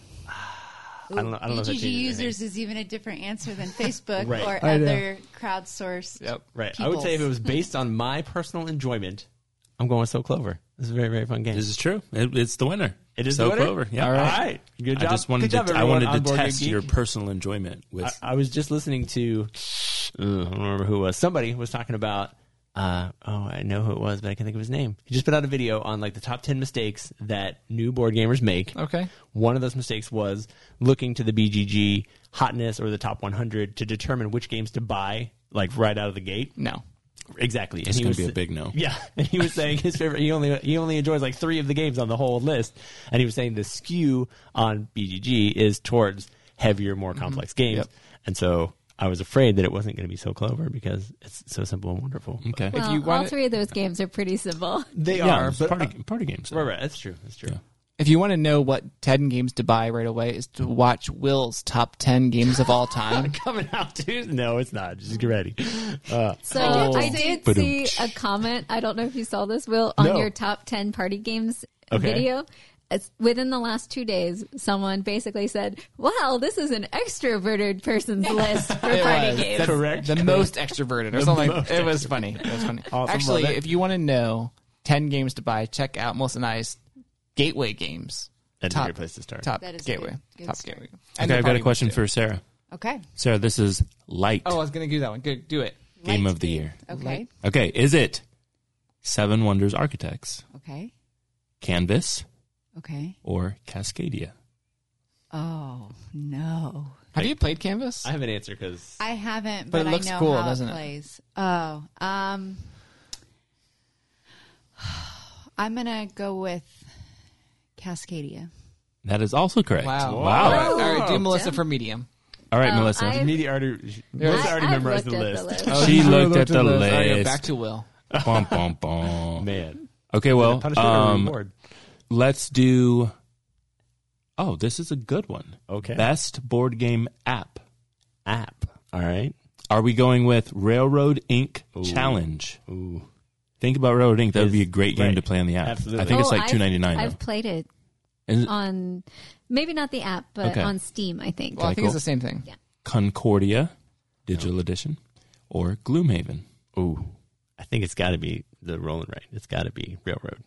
[SPEAKER 2] I don't know. I don't know if that
[SPEAKER 6] BGG
[SPEAKER 2] changes
[SPEAKER 6] users
[SPEAKER 2] anything.
[SPEAKER 6] is even a different answer than Facebook
[SPEAKER 2] Right.
[SPEAKER 6] or
[SPEAKER 4] I know.
[SPEAKER 6] other crowdsourced.
[SPEAKER 4] Yep.
[SPEAKER 2] Right. I would say if it
[SPEAKER 6] peoples.
[SPEAKER 2] was based on my personal enjoyment, I'm going with So Clover. This is a very very fun game.
[SPEAKER 5] This is true. It, it's the winner.
[SPEAKER 2] It is
[SPEAKER 5] So
[SPEAKER 2] the winner?
[SPEAKER 5] Clover. Yeah.
[SPEAKER 2] All right. Good job.
[SPEAKER 5] I just wanted
[SPEAKER 2] Good job,
[SPEAKER 5] to, I
[SPEAKER 2] everyone
[SPEAKER 5] wanted
[SPEAKER 2] on
[SPEAKER 5] to
[SPEAKER 2] Board Game
[SPEAKER 5] test
[SPEAKER 2] Geek.
[SPEAKER 5] your personal enjoyment with.
[SPEAKER 2] I, I was just listening to. uh, I don't remember who it was. Somebody was talking about. Uh, oh, I know who it was, but I can't think of his name. He just put out a video on like the top ten mistakes that new board gamers make.
[SPEAKER 4] Okay.
[SPEAKER 2] One of those mistakes was looking to the BGG hotness or the top 100 to determine which games to buy, like right out of the gate.
[SPEAKER 4] No.
[SPEAKER 2] Exactly.
[SPEAKER 5] It's
[SPEAKER 2] he
[SPEAKER 5] gonna
[SPEAKER 2] was
[SPEAKER 5] be a
[SPEAKER 2] sa-
[SPEAKER 5] big no.
[SPEAKER 2] Yeah, and he was saying his favorite. He only he only enjoys like three of the games on the whole list, and he was saying the skew on BGG is towards heavier, more
[SPEAKER 5] Mm-hmm.
[SPEAKER 2] complex games,
[SPEAKER 4] Yep.
[SPEAKER 2] and so I was afraid that it wasn't going to be so clever because it's so simple and wonderful.
[SPEAKER 5] Okay.
[SPEAKER 4] If
[SPEAKER 6] Uh,
[SPEAKER 3] Well,
[SPEAKER 4] you
[SPEAKER 3] Uh, all
[SPEAKER 4] want it-
[SPEAKER 3] three of those games are pretty simple.
[SPEAKER 2] They
[SPEAKER 5] yeah,
[SPEAKER 2] are,
[SPEAKER 5] it's
[SPEAKER 2] but uh,
[SPEAKER 5] party, party games.
[SPEAKER 2] right, right. That's true. That's true.
[SPEAKER 4] If you want to know what 10 games to buy right away is to watch Will's top 10 games of all time.
[SPEAKER 2] Coming out Tuesday? No, it's not. Just get ready. Uh,
[SPEAKER 3] So
[SPEAKER 4] Oh.
[SPEAKER 3] I did see a comment. I don't know if you saw this, Will, on
[SPEAKER 2] No.
[SPEAKER 3] your top 10 party games
[SPEAKER 2] Okay.
[SPEAKER 3] video. It's within the last two days, someone basically said, Wow, this is an extroverted person's list for
[SPEAKER 4] It
[SPEAKER 3] party
[SPEAKER 4] was.
[SPEAKER 3] games.
[SPEAKER 4] That's
[SPEAKER 2] Correct.
[SPEAKER 4] The most extroverted or something. like-
[SPEAKER 2] most
[SPEAKER 4] it was funny. It was funny.
[SPEAKER 2] Awesome.
[SPEAKER 4] Actually,
[SPEAKER 2] Love it.
[SPEAKER 4] if you want to know 10 games to buy, check out Melissa and I's Gateway Games.
[SPEAKER 2] That's a
[SPEAKER 4] Top-
[SPEAKER 2] great place to start.
[SPEAKER 4] Top
[SPEAKER 6] That is a
[SPEAKER 4] Gateway.
[SPEAKER 6] good- good
[SPEAKER 4] top
[SPEAKER 6] start.
[SPEAKER 4] Gateway. And the
[SPEAKER 5] Okay, I've got
[SPEAKER 4] party
[SPEAKER 5] a question
[SPEAKER 4] ones, too.
[SPEAKER 5] for Sarah.
[SPEAKER 6] Okay.
[SPEAKER 5] Sarah, this is Light
[SPEAKER 4] Oh, I was going to do that one. Good. Do it.
[SPEAKER 5] Game
[SPEAKER 6] Light
[SPEAKER 5] of the
[SPEAKER 6] Speed.
[SPEAKER 5] Year.
[SPEAKER 6] Okay.
[SPEAKER 5] Okay, is it Seven Wonders Architects,
[SPEAKER 6] Okay.
[SPEAKER 5] Canvas,
[SPEAKER 6] Okay.
[SPEAKER 5] or Cascadia?
[SPEAKER 6] Oh no.
[SPEAKER 4] Have you played Canvas?
[SPEAKER 2] I have an answer because
[SPEAKER 6] I haven't,
[SPEAKER 4] But
[SPEAKER 6] but,
[SPEAKER 4] it looks
[SPEAKER 6] I know
[SPEAKER 4] cool,
[SPEAKER 6] how
[SPEAKER 4] doesn't it?
[SPEAKER 6] it plays. Oh, um, I'm gonna go with Cascadia.
[SPEAKER 5] That is also correct.
[SPEAKER 4] Wow.
[SPEAKER 5] Wow.
[SPEAKER 4] All right, all right, do Melissa for medium.
[SPEAKER 5] All right,
[SPEAKER 3] Oh,
[SPEAKER 5] Melissa.
[SPEAKER 3] I-
[SPEAKER 2] media already Melissa
[SPEAKER 3] I-
[SPEAKER 2] already
[SPEAKER 3] I've
[SPEAKER 2] memorized the
[SPEAKER 3] looked at
[SPEAKER 2] list.
[SPEAKER 3] the list.
[SPEAKER 5] She looked at the
[SPEAKER 2] Oh,
[SPEAKER 4] All right, go
[SPEAKER 5] list.
[SPEAKER 4] back to Will.
[SPEAKER 5] Bum, bum, bum.
[SPEAKER 2] Man,
[SPEAKER 5] Okay, well,
[SPEAKER 2] punishment or
[SPEAKER 5] um,
[SPEAKER 2] reward?
[SPEAKER 5] let's do. Oh, this is a good one.
[SPEAKER 2] Okay.
[SPEAKER 5] Best board game app.
[SPEAKER 2] App. All right.
[SPEAKER 5] Are we going with Railroad Inc. Challenge?
[SPEAKER 2] Ooh.
[SPEAKER 5] Think about Railroad Inc. That would be a
[SPEAKER 2] Is-
[SPEAKER 5] great game
[SPEAKER 2] right.
[SPEAKER 5] to play on the app.
[SPEAKER 2] Absolutely.
[SPEAKER 5] I think it's
[SPEAKER 3] Oh,
[SPEAKER 5] like
[SPEAKER 3] I've-
[SPEAKER 5] two ninety nine.
[SPEAKER 3] I've played it
[SPEAKER 5] Is it
[SPEAKER 3] on maybe not the app, but
[SPEAKER 5] Okay.
[SPEAKER 3] on Steam, I think.
[SPEAKER 5] Well,
[SPEAKER 3] Well, on Steam, I think.
[SPEAKER 4] Well,
[SPEAKER 5] Okay,
[SPEAKER 4] I think it's
[SPEAKER 5] cool.
[SPEAKER 4] the same thing.
[SPEAKER 5] Concordia Digital Edition, or Gloomhaven.
[SPEAKER 2] Ooh, I think it's got to be the rolling right. It's got to be Railroad.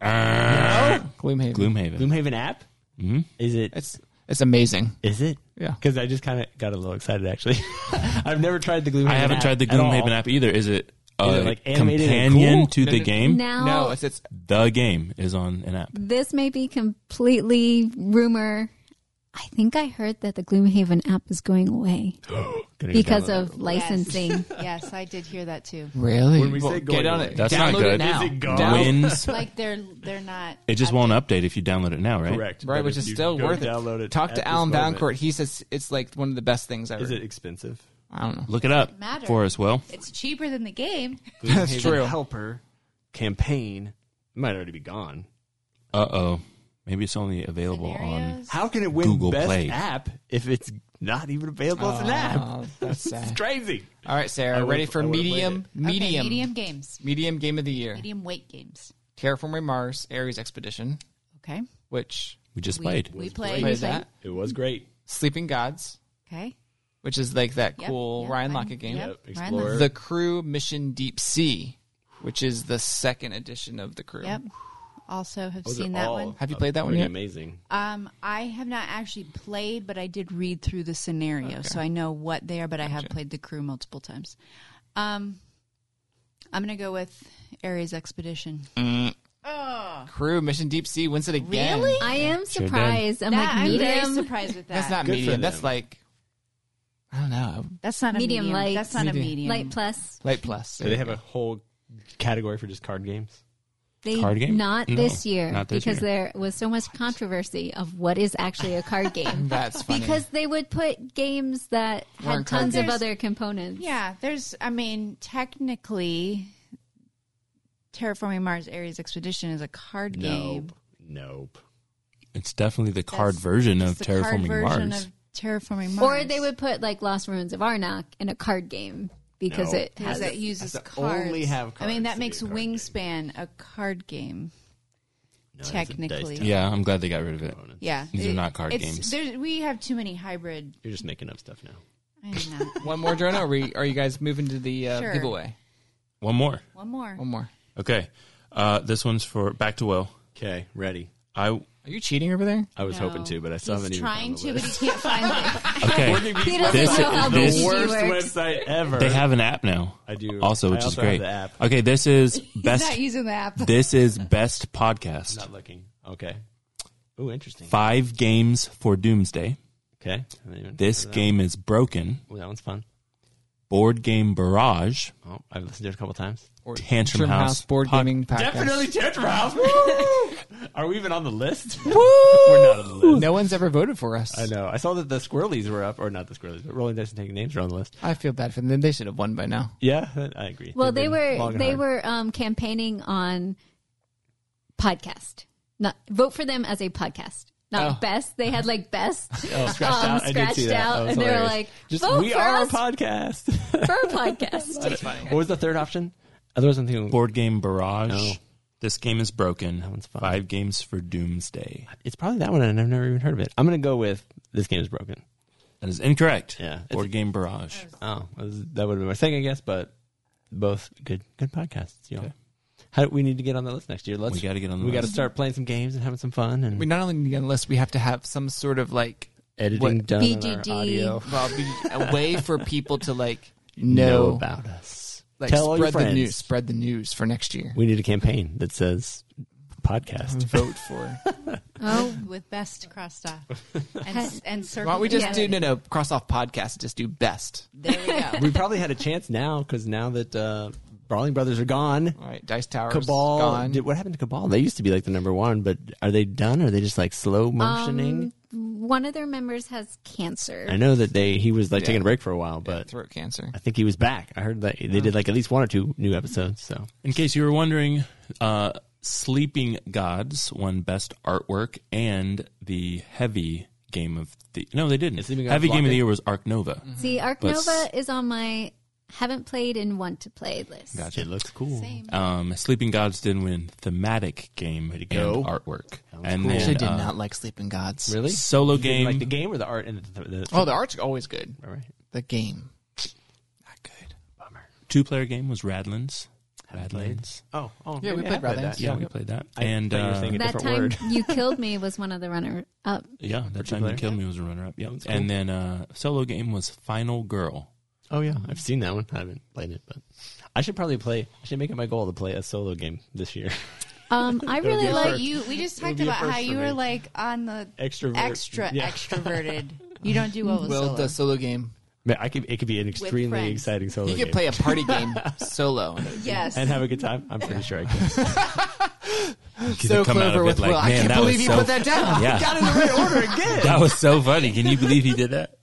[SPEAKER 4] Gloomhaven.
[SPEAKER 5] Gloomhaven.
[SPEAKER 2] Gloomhaven app? Mm-hmm. Is it?
[SPEAKER 4] It's it's amazing.
[SPEAKER 2] Is it?
[SPEAKER 4] Yeah.
[SPEAKER 2] Because I just kind of got a little excited actually. I've never tried the Gloomhaven.
[SPEAKER 5] I haven't
[SPEAKER 2] app
[SPEAKER 5] tried the
[SPEAKER 2] at all.
[SPEAKER 5] Gloomhaven app either. Is it a
[SPEAKER 2] it, like, animated and
[SPEAKER 5] companion
[SPEAKER 2] cool?
[SPEAKER 5] to the game?
[SPEAKER 3] Now,
[SPEAKER 4] No, it's it's
[SPEAKER 5] The game is on an app.
[SPEAKER 3] this may be completely rumor. I think I heard that the Gloomhaven app is going away
[SPEAKER 2] Gonna go
[SPEAKER 3] because
[SPEAKER 2] download
[SPEAKER 3] of licensing.
[SPEAKER 6] yes, I did hear that too.
[SPEAKER 4] really
[SPEAKER 2] When we say going
[SPEAKER 4] get on
[SPEAKER 2] away.
[SPEAKER 4] it.
[SPEAKER 5] That's
[SPEAKER 4] download
[SPEAKER 5] not good.
[SPEAKER 4] It now.
[SPEAKER 2] Is it gone?
[SPEAKER 4] Down-
[SPEAKER 5] Wins.
[SPEAKER 6] Like they're they're not.
[SPEAKER 5] It just won't update if you download it now, right?
[SPEAKER 2] it. Correct.
[SPEAKER 4] Right,
[SPEAKER 2] But
[SPEAKER 4] which
[SPEAKER 2] if
[SPEAKER 4] is
[SPEAKER 2] you
[SPEAKER 4] still
[SPEAKER 2] go
[SPEAKER 4] worth
[SPEAKER 2] download
[SPEAKER 4] it. Talk
[SPEAKER 2] at
[SPEAKER 4] to
[SPEAKER 2] this
[SPEAKER 4] Alan
[SPEAKER 2] moment,
[SPEAKER 4] Downcourt. He says it's like one of the best things ever.
[SPEAKER 2] Is it expensive?
[SPEAKER 4] I don't know.
[SPEAKER 5] Look it up
[SPEAKER 6] Matter.
[SPEAKER 5] for us, Will.
[SPEAKER 6] It's cheaper than the game.
[SPEAKER 4] That's true.
[SPEAKER 2] Helper campaign it might already be gone.
[SPEAKER 5] Uh oh. Maybe it's only available on.
[SPEAKER 6] Scenarios.
[SPEAKER 2] How can it win
[SPEAKER 5] Google
[SPEAKER 2] best
[SPEAKER 5] Play.
[SPEAKER 2] app if it's not even available as an app?
[SPEAKER 4] Oh, that's sad.
[SPEAKER 2] Crazy.
[SPEAKER 4] All right, Sarah,
[SPEAKER 2] I would've-
[SPEAKER 4] ready
[SPEAKER 2] I
[SPEAKER 4] for
[SPEAKER 2] would've played
[SPEAKER 4] medium,
[SPEAKER 6] Okay,
[SPEAKER 4] medium,
[SPEAKER 6] medium games,
[SPEAKER 4] medium game of the year?
[SPEAKER 6] medium weight games.
[SPEAKER 4] Terraforming Mars, Ares Expedition,
[SPEAKER 6] Okay,
[SPEAKER 4] which
[SPEAKER 5] We just
[SPEAKER 6] we,
[SPEAKER 5] played.
[SPEAKER 6] We played,
[SPEAKER 4] played
[SPEAKER 6] we played.
[SPEAKER 4] that.
[SPEAKER 2] It was great.
[SPEAKER 4] Sleeping Gods,
[SPEAKER 6] Okay.
[SPEAKER 4] which is like that
[SPEAKER 6] Yep,
[SPEAKER 4] cool
[SPEAKER 6] yep,
[SPEAKER 4] Ryan
[SPEAKER 6] Ryan-
[SPEAKER 4] Lockett game.
[SPEAKER 6] yep,
[SPEAKER 2] Yep,
[SPEAKER 6] Ryan Lockett.
[SPEAKER 2] Explorer.
[SPEAKER 4] The Crew Mission Deep Sea, which is the second edition of the Crew.
[SPEAKER 6] Yep. Also, have
[SPEAKER 2] Those are
[SPEAKER 6] seen that
[SPEAKER 2] all
[SPEAKER 6] one.
[SPEAKER 4] Have you played that one
[SPEAKER 2] pretty
[SPEAKER 4] yet?
[SPEAKER 2] Amazing.
[SPEAKER 6] Um, I have not actually played, but I did read through the scenario, so I know what they are. But I have played the crew multiple times. Um, I'm gonna go with Ares Expedition.
[SPEAKER 4] Crew Mission Deep Sea wins it again.
[SPEAKER 6] Really?
[SPEAKER 3] I am surprised. I'm
[SPEAKER 6] That-
[SPEAKER 3] like
[SPEAKER 6] I'm very
[SPEAKER 3] medium.
[SPEAKER 6] surprised with that.
[SPEAKER 4] That's not
[SPEAKER 2] Good for
[SPEAKER 4] medium. That's
[SPEAKER 2] them.
[SPEAKER 4] like I don't know,
[SPEAKER 6] That's not a
[SPEAKER 3] Medium
[SPEAKER 6] medium.
[SPEAKER 3] light.
[SPEAKER 6] That's not
[SPEAKER 4] Medium.
[SPEAKER 6] a medium.
[SPEAKER 3] Light plus.
[SPEAKER 4] light plus.
[SPEAKER 2] Do they have a whole category for just card games?
[SPEAKER 3] They,
[SPEAKER 5] Card game?
[SPEAKER 3] Not
[SPEAKER 5] No,
[SPEAKER 3] this year.
[SPEAKER 5] not this
[SPEAKER 3] because
[SPEAKER 5] year.
[SPEAKER 3] there was so much controversy of what is actually a card game.
[SPEAKER 4] That's funny.
[SPEAKER 3] because they would put games that had
[SPEAKER 4] Weren't card
[SPEAKER 3] tons of
[SPEAKER 6] games.
[SPEAKER 3] other components.
[SPEAKER 6] Yeah, there's. I mean, technically, Terraforming Mars Ares Expedition is a card game.
[SPEAKER 2] Nope.
[SPEAKER 5] It's definitely the card
[SPEAKER 6] That's
[SPEAKER 5] version
[SPEAKER 6] just
[SPEAKER 5] of
[SPEAKER 6] the card
[SPEAKER 5] Terraforming
[SPEAKER 6] version
[SPEAKER 5] Mars.
[SPEAKER 6] of Terraforming Mars,
[SPEAKER 3] Or they would put like Lost Ruins of Arnak in a card game because
[SPEAKER 2] No.
[SPEAKER 3] it
[SPEAKER 6] because
[SPEAKER 3] has
[SPEAKER 6] that uses
[SPEAKER 2] has to
[SPEAKER 6] cards.
[SPEAKER 2] only have
[SPEAKER 6] I
[SPEAKER 2] cards
[SPEAKER 6] mean, that
[SPEAKER 2] to
[SPEAKER 6] makes
[SPEAKER 2] be a card
[SPEAKER 6] Wingspan a card game.
[SPEAKER 2] it's a dice
[SPEAKER 6] technically,
[SPEAKER 2] game.
[SPEAKER 5] Yeah, I'm glad they got rid of it.
[SPEAKER 6] yeah,
[SPEAKER 5] These are not card
[SPEAKER 6] it's-
[SPEAKER 5] games.
[SPEAKER 6] there's- We have too many hybrid.
[SPEAKER 2] You're just making up stuff now.
[SPEAKER 6] I uh, don't know.
[SPEAKER 4] One more, Jonah. Or are, we, are you guys moving to the uh,
[SPEAKER 6] Sure.
[SPEAKER 4] giveaway?
[SPEAKER 5] One more.
[SPEAKER 6] One more.
[SPEAKER 4] One more.
[SPEAKER 5] Okay. Uh, this one's for back to Will.
[SPEAKER 2] Okay, ready.
[SPEAKER 5] I
[SPEAKER 4] Are you cheating over there?
[SPEAKER 2] I was hoping to, but I still haven't
[SPEAKER 6] He's
[SPEAKER 2] even
[SPEAKER 6] trying
[SPEAKER 2] found the
[SPEAKER 6] to, but
[SPEAKER 2] list.
[SPEAKER 6] he can't find it.
[SPEAKER 5] okay.
[SPEAKER 3] He doesn't
[SPEAKER 5] This-
[SPEAKER 3] know how
[SPEAKER 5] this-
[SPEAKER 3] the worst
[SPEAKER 2] website ever.
[SPEAKER 5] They have an app now.
[SPEAKER 2] I do.
[SPEAKER 5] Also, which
[SPEAKER 2] I
[SPEAKER 5] is
[SPEAKER 2] also have
[SPEAKER 5] great.
[SPEAKER 2] the app.
[SPEAKER 5] Okay, this is
[SPEAKER 6] He's
[SPEAKER 5] best.
[SPEAKER 6] not using the app.
[SPEAKER 5] this is best podcast.
[SPEAKER 2] not looking. Okay. Ooh, interesting.
[SPEAKER 5] Five games for Doomsday.
[SPEAKER 2] Okay. I haven't even-
[SPEAKER 5] This game is broken.
[SPEAKER 2] Ooh, that one's fun.
[SPEAKER 5] Board game barrage.
[SPEAKER 2] Oh, I've listened to it a couple times.
[SPEAKER 4] Or
[SPEAKER 5] Tantrum
[SPEAKER 4] Tantrum
[SPEAKER 5] House
[SPEAKER 4] board
[SPEAKER 5] Pod-
[SPEAKER 4] gaming podcast.
[SPEAKER 2] Tetra House. Are we even on the list? We're not on the list.
[SPEAKER 4] No one's ever voted for us.
[SPEAKER 2] I know. I saw that the Squirrelies were up, or not the Squirrelies, but Rolling Dice and Taking Names are on the list.
[SPEAKER 4] I feel bad for them. They should have won by now.
[SPEAKER 2] Yeah, I agree.
[SPEAKER 3] Well,
[SPEAKER 2] They've
[SPEAKER 3] they
[SPEAKER 2] been
[SPEAKER 3] were
[SPEAKER 2] long and
[SPEAKER 3] they
[SPEAKER 2] hard.
[SPEAKER 3] were um, campaigning on podcast. Not vote for them as a podcast. Not
[SPEAKER 4] Oh.
[SPEAKER 3] best. They had like best
[SPEAKER 2] Oh, scratched
[SPEAKER 3] um,
[SPEAKER 2] out. I did see
[SPEAKER 3] scratched
[SPEAKER 2] that. That
[SPEAKER 3] out,
[SPEAKER 2] was
[SPEAKER 3] and they were
[SPEAKER 2] hilarious.
[SPEAKER 3] like,
[SPEAKER 2] Just,
[SPEAKER 3] "Vote
[SPEAKER 2] we
[SPEAKER 3] for
[SPEAKER 2] are
[SPEAKER 3] us."
[SPEAKER 2] a podcast.
[SPEAKER 3] for a podcast.
[SPEAKER 2] what was the third option? Otherwise, I'm thinking
[SPEAKER 5] Board game barrage.
[SPEAKER 2] No.
[SPEAKER 5] This game is broken. That
[SPEAKER 2] one's fun.
[SPEAKER 5] Five games for Doomsday.
[SPEAKER 2] it's probably that one, and I've never even heard of it. I'm gonna go with this game is broken.
[SPEAKER 5] That is incorrect.
[SPEAKER 2] Yeah.
[SPEAKER 5] Board game barrage.
[SPEAKER 2] Oh, that was- that would have been my thing, I guess. But both good, good podcasts. You know, how do we need to get on the list next year? Let's
[SPEAKER 5] We gotta get on the
[SPEAKER 2] we got to
[SPEAKER 5] list.
[SPEAKER 2] start playing some games and having some fun and
[SPEAKER 4] We not only need to get on the list, we have to have some sort of like
[SPEAKER 2] editing
[SPEAKER 4] what-
[SPEAKER 2] done
[SPEAKER 6] BGD.
[SPEAKER 2] on our audio.
[SPEAKER 4] well, be a way for people to like know,
[SPEAKER 2] Know about us.
[SPEAKER 4] like
[SPEAKER 2] Tell all your
[SPEAKER 4] spread the
[SPEAKER 2] friends.
[SPEAKER 4] news, spread the news for next year.
[SPEAKER 2] We need a campaign that says podcast.
[SPEAKER 4] vote for.
[SPEAKER 6] Oh, with best crossed off and and circle.
[SPEAKER 4] Why don't we just
[SPEAKER 6] yeah.
[SPEAKER 4] do no no cross off podcast? Just do best.
[SPEAKER 6] There we go.
[SPEAKER 2] we probably had a chance now because now that uh, Brawling Brothers are gone,
[SPEAKER 4] All right, Dice Towers
[SPEAKER 2] Cabal.
[SPEAKER 4] gone.
[SPEAKER 2] Did, what happened to Cabal? They used to be like the number one, but are they done? Are they just like slow
[SPEAKER 4] Um,
[SPEAKER 2] motioning?
[SPEAKER 3] One of their members has cancer.
[SPEAKER 2] I know that they he was like taking a break for a while, but
[SPEAKER 4] throat cancer.
[SPEAKER 2] I think he was back. I heard that they did like at least one or two new episodes. So
[SPEAKER 5] In case you were wondering, uh, Sleeping Gods won Best Artwork and the Heavy Game of the No, they didn't.
[SPEAKER 2] Sleeping Gods
[SPEAKER 5] Heavy
[SPEAKER 2] locked in?
[SPEAKER 5] Game of
[SPEAKER 2] Mm-hmm.
[SPEAKER 5] the Year was Arc Nova.
[SPEAKER 3] See, Arc
[SPEAKER 5] Let's-
[SPEAKER 3] Nova is on my haven't played and want to play list.
[SPEAKER 5] Gotcha.
[SPEAKER 2] It looks cool.
[SPEAKER 6] Same.
[SPEAKER 5] Um, Sleeping Gods did win thematic game and
[SPEAKER 2] go.
[SPEAKER 5] artwork, and
[SPEAKER 2] cool.
[SPEAKER 5] then
[SPEAKER 4] Actually, I did
[SPEAKER 5] uh,
[SPEAKER 4] not like Sleeping Gods.
[SPEAKER 2] Really?
[SPEAKER 5] solo
[SPEAKER 2] You didn't
[SPEAKER 5] game.
[SPEAKER 2] like the game or the art and the, the, the
[SPEAKER 4] Oh, the art's always good.
[SPEAKER 2] All right.
[SPEAKER 4] The game.
[SPEAKER 5] Not good. Bummer. Two player game was Radlands. Radlands.
[SPEAKER 2] Oh, oh,
[SPEAKER 4] Yeah, we
[SPEAKER 2] maybe I have
[SPEAKER 4] played
[SPEAKER 2] read
[SPEAKER 4] Radlands.
[SPEAKER 2] that.
[SPEAKER 5] Yeah,
[SPEAKER 2] Yeah.
[SPEAKER 5] we played that.
[SPEAKER 2] I
[SPEAKER 5] and
[SPEAKER 2] thought you were
[SPEAKER 5] uh,
[SPEAKER 2] saying it-
[SPEAKER 3] That
[SPEAKER 2] different
[SPEAKER 3] time
[SPEAKER 2] word.
[SPEAKER 3] you killed me was one of the runner up.
[SPEAKER 5] yeah, that time
[SPEAKER 2] player.
[SPEAKER 5] you killed me was a runner up. Yeah, and then uh, solo game was Final Girl.
[SPEAKER 2] Oh yeah, I've seen that one. I haven't played it, but I should probably play. I should make it my goal to play a solo game this year.
[SPEAKER 3] Um, I really
[SPEAKER 2] be a
[SPEAKER 3] like
[SPEAKER 2] first.
[SPEAKER 6] You. We just
[SPEAKER 2] It would
[SPEAKER 6] talked
[SPEAKER 2] be a
[SPEAKER 6] about how
[SPEAKER 2] first for
[SPEAKER 6] you
[SPEAKER 2] me.
[SPEAKER 6] were like on the
[SPEAKER 2] Extrovert.
[SPEAKER 6] extra
[SPEAKER 2] Yeah.
[SPEAKER 6] extroverted. You don't do well with
[SPEAKER 4] Well,
[SPEAKER 6] solo.
[SPEAKER 4] the solo game.
[SPEAKER 2] Man, I could. It could be an extremely
[SPEAKER 6] friends.
[SPEAKER 2] exciting solo
[SPEAKER 4] You
[SPEAKER 2] game.
[SPEAKER 4] could play a party game solo.
[SPEAKER 6] yes.
[SPEAKER 2] and have a good time. I'm pretty sure I could.
[SPEAKER 4] So
[SPEAKER 5] come out
[SPEAKER 4] clever
[SPEAKER 5] of it
[SPEAKER 4] with
[SPEAKER 5] like,
[SPEAKER 4] Will. I
[SPEAKER 5] man,
[SPEAKER 4] can't
[SPEAKER 5] that was
[SPEAKER 4] believe he
[SPEAKER 5] so-
[SPEAKER 4] put that down.
[SPEAKER 5] Yeah.
[SPEAKER 4] He got in the right order again.
[SPEAKER 5] That was so funny. Can you believe he did that?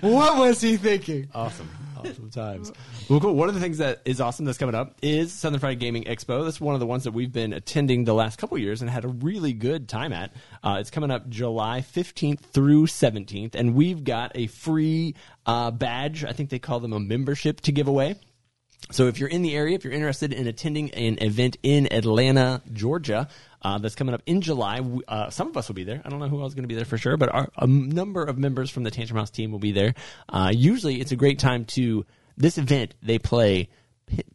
[SPEAKER 4] What was he thinking?
[SPEAKER 2] Awesome. Awesome times. Well, cool. One of the things that is awesome that's coming up is Southern Fried Gaming Expo. That's one of the ones that we've been attending the last couple years and had a really good time at. Uh, it's coming up July 15th through 17th, and we've got a free uh, badge. I think they call them a membership to give away. So if you're in the area, if you're interested in attending an event in Atlanta, Georgia, uh, that's coming up in July, w- uh, some of us will be there. I don't know who else is going to be there for sure, but our, a number of members from the Tantrum House team will be there. Uh, usually, it's a great time to this event. They play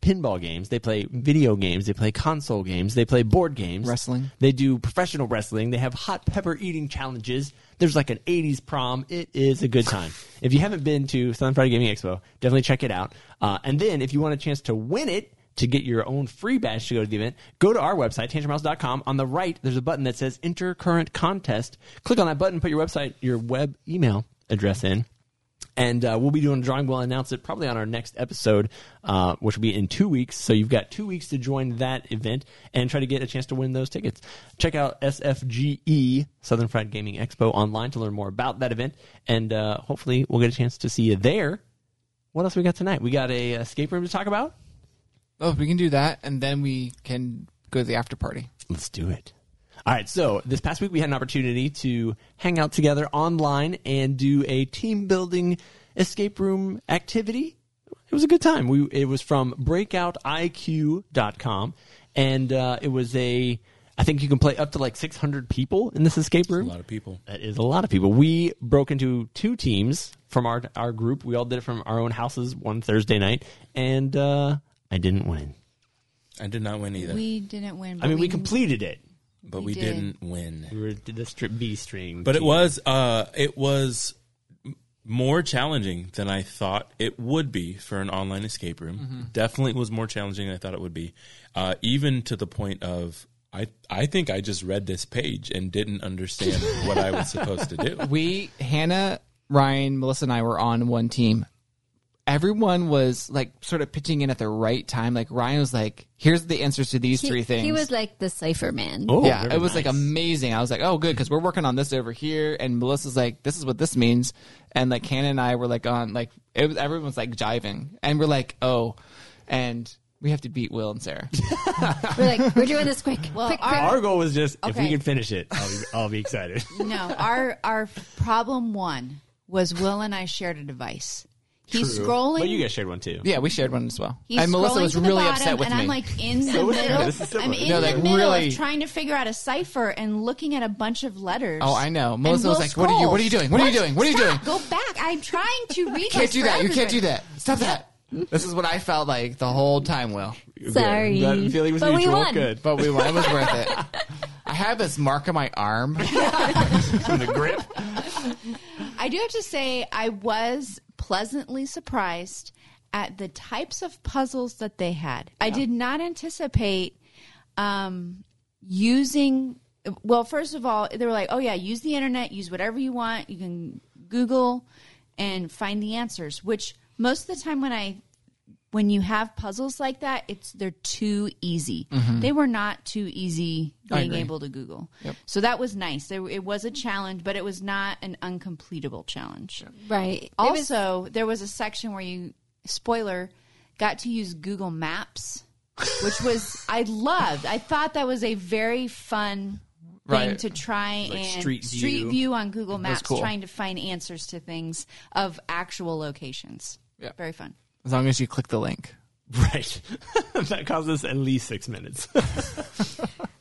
[SPEAKER 2] pin- pinball games, they play video games, they play console games, they play board games,
[SPEAKER 4] Wrestling.
[SPEAKER 2] They do professional wrestling. They have hot pepper eating challenges. There's like an 80s prom. It is a good time. if you haven't been to Southern Friday Gaming Expo, definitely check it out. Uh, and then if you want a chance to win it, to get your own free badge to go to the event, go to our website, tantrumhouse.com. On the right, there's a button that says Enter Current Contest. Click on that button, put your website, your web email address in, and uh, we'll be doing a drawing. We'll announce it probably on our next episode, uh, which will be in two weeks. So you've got two weeks to join that event and try to get a chance to win those tickets. Check out SFGE E, Southern Fried Gaming Expo online to learn more about that event, and uh, hopefully we'll get a chance to see you there. What else we got tonight? We got a uh, escape room to talk about.
[SPEAKER 4] Oh, we can do that, and then we can go to the after party.
[SPEAKER 2] Let's do it. All right, so this past week we had an opportunity to hang out together online and do a team building escape room activity. It was a good time. We it was from breakoutiq.com and uh, it was a I think you can play up to like 600 people in this escape room.
[SPEAKER 5] of people.
[SPEAKER 2] That is a lot of people. We broke into two teams from our our group. We all did it from our own houses one Thursday night and uh, I didn't win.
[SPEAKER 5] I did not win either,
[SPEAKER 6] we didn't win.
[SPEAKER 2] I
[SPEAKER 6] but
[SPEAKER 2] mean, we completed it.
[SPEAKER 5] but
[SPEAKER 6] we
[SPEAKER 5] we
[SPEAKER 6] did.
[SPEAKER 5] didn't win.
[SPEAKER 2] We were the strip B string.
[SPEAKER 5] But it
[SPEAKER 2] team.
[SPEAKER 5] was uh it was m- more challenging than I thought it would be for an online escape room. Definitely was more challenging than I thought it would be. Uh even to the point of I I think I just read this page and didn't understand what I was supposed to do.
[SPEAKER 4] We, Hannah, Ryan, Melissa, and I were on one team. Everyone was like sort of pitching in at the right time. Like Ryan was like, "Here's the answers to these
[SPEAKER 3] He-
[SPEAKER 4] three things."
[SPEAKER 3] He was like the cipher man.
[SPEAKER 2] Oh,
[SPEAKER 4] yeah,
[SPEAKER 2] very
[SPEAKER 4] it was like
[SPEAKER 2] nice.
[SPEAKER 4] amazing. I was like, "Oh, good," because we're working on this over here, and Melissa's like, "This is what this means," and like Hannah and I were like on like it was everyone's like jiving, and we're like, "Oh," and we have to beat Will and Sarah.
[SPEAKER 3] We're like, we're doing this quick.
[SPEAKER 6] Well,
[SPEAKER 3] quick, quick.
[SPEAKER 6] our-
[SPEAKER 2] Our goal was just if we
[SPEAKER 6] Okay.
[SPEAKER 2] can finish it, I'll be, I'll be excited.
[SPEAKER 6] no, our our problem one was Will and I shared a device. He's scrolling.
[SPEAKER 2] But you guys shared one too.
[SPEAKER 4] yeah, we shared one as well,
[SPEAKER 6] He's
[SPEAKER 4] and Melissa
[SPEAKER 6] scrolling
[SPEAKER 4] was
[SPEAKER 6] to the
[SPEAKER 4] really
[SPEAKER 6] bottom,
[SPEAKER 4] upset with
[SPEAKER 6] and
[SPEAKER 4] me.
[SPEAKER 6] I'm like in the
[SPEAKER 2] was I.
[SPEAKER 6] middle.
[SPEAKER 2] This is similar.
[SPEAKER 6] I'm in
[SPEAKER 4] No,
[SPEAKER 6] the
[SPEAKER 4] like,
[SPEAKER 6] middle
[SPEAKER 4] really-
[SPEAKER 6] of trying to figure out a cipher and looking at a bunch of letters.
[SPEAKER 4] Oh, I know.
[SPEAKER 6] And
[SPEAKER 4] Melissa was
[SPEAKER 6] Will
[SPEAKER 4] like, "What are you-
[SPEAKER 6] scrolls.
[SPEAKER 4] what are you doing? What are you doing? What are you
[SPEAKER 6] Stop. Go back. I'm trying to read.
[SPEAKER 4] can't
[SPEAKER 6] this
[SPEAKER 4] do
[SPEAKER 6] for
[SPEAKER 4] that. You can't do
[SPEAKER 6] everybody.
[SPEAKER 4] that. Stop that. This is what I felt like the whole time, Will.
[SPEAKER 3] Sorry.
[SPEAKER 2] That feeling was
[SPEAKER 3] But we
[SPEAKER 2] mutual.
[SPEAKER 3] won.
[SPEAKER 2] Good.
[SPEAKER 4] But we won. It was worth it. I have this mark on my arm.
[SPEAKER 2] From the grip.
[SPEAKER 6] I do have to say, I was pleasantly surprised at the types of puzzles that they had. I did not anticipate um, using. Well, first of all, they were like, "Oh yeah, use the internet. Use whatever you want. You can Google and find the answers." Which most of the time, when I when you have puzzles like that, it's they're too easy. They were not too easy being
[SPEAKER 4] agree.
[SPEAKER 6] able to Google. So that was nice. There, it was a challenge, but it was not an uncompletable challenge.
[SPEAKER 3] right. It was-
[SPEAKER 6] Also, there was a section where you spoiler got to use Google Maps, which was I loved. I thought that was a very fun
[SPEAKER 4] Right.
[SPEAKER 6] to try
[SPEAKER 2] Like
[SPEAKER 6] and
[SPEAKER 2] Street View.
[SPEAKER 6] view on Google Maps,
[SPEAKER 4] cool.
[SPEAKER 6] trying to find answers to things of actual locations.
[SPEAKER 4] Yeah.
[SPEAKER 6] Very fun.
[SPEAKER 4] As long as you click the link.
[SPEAKER 2] Right. that costs us at least six minutes.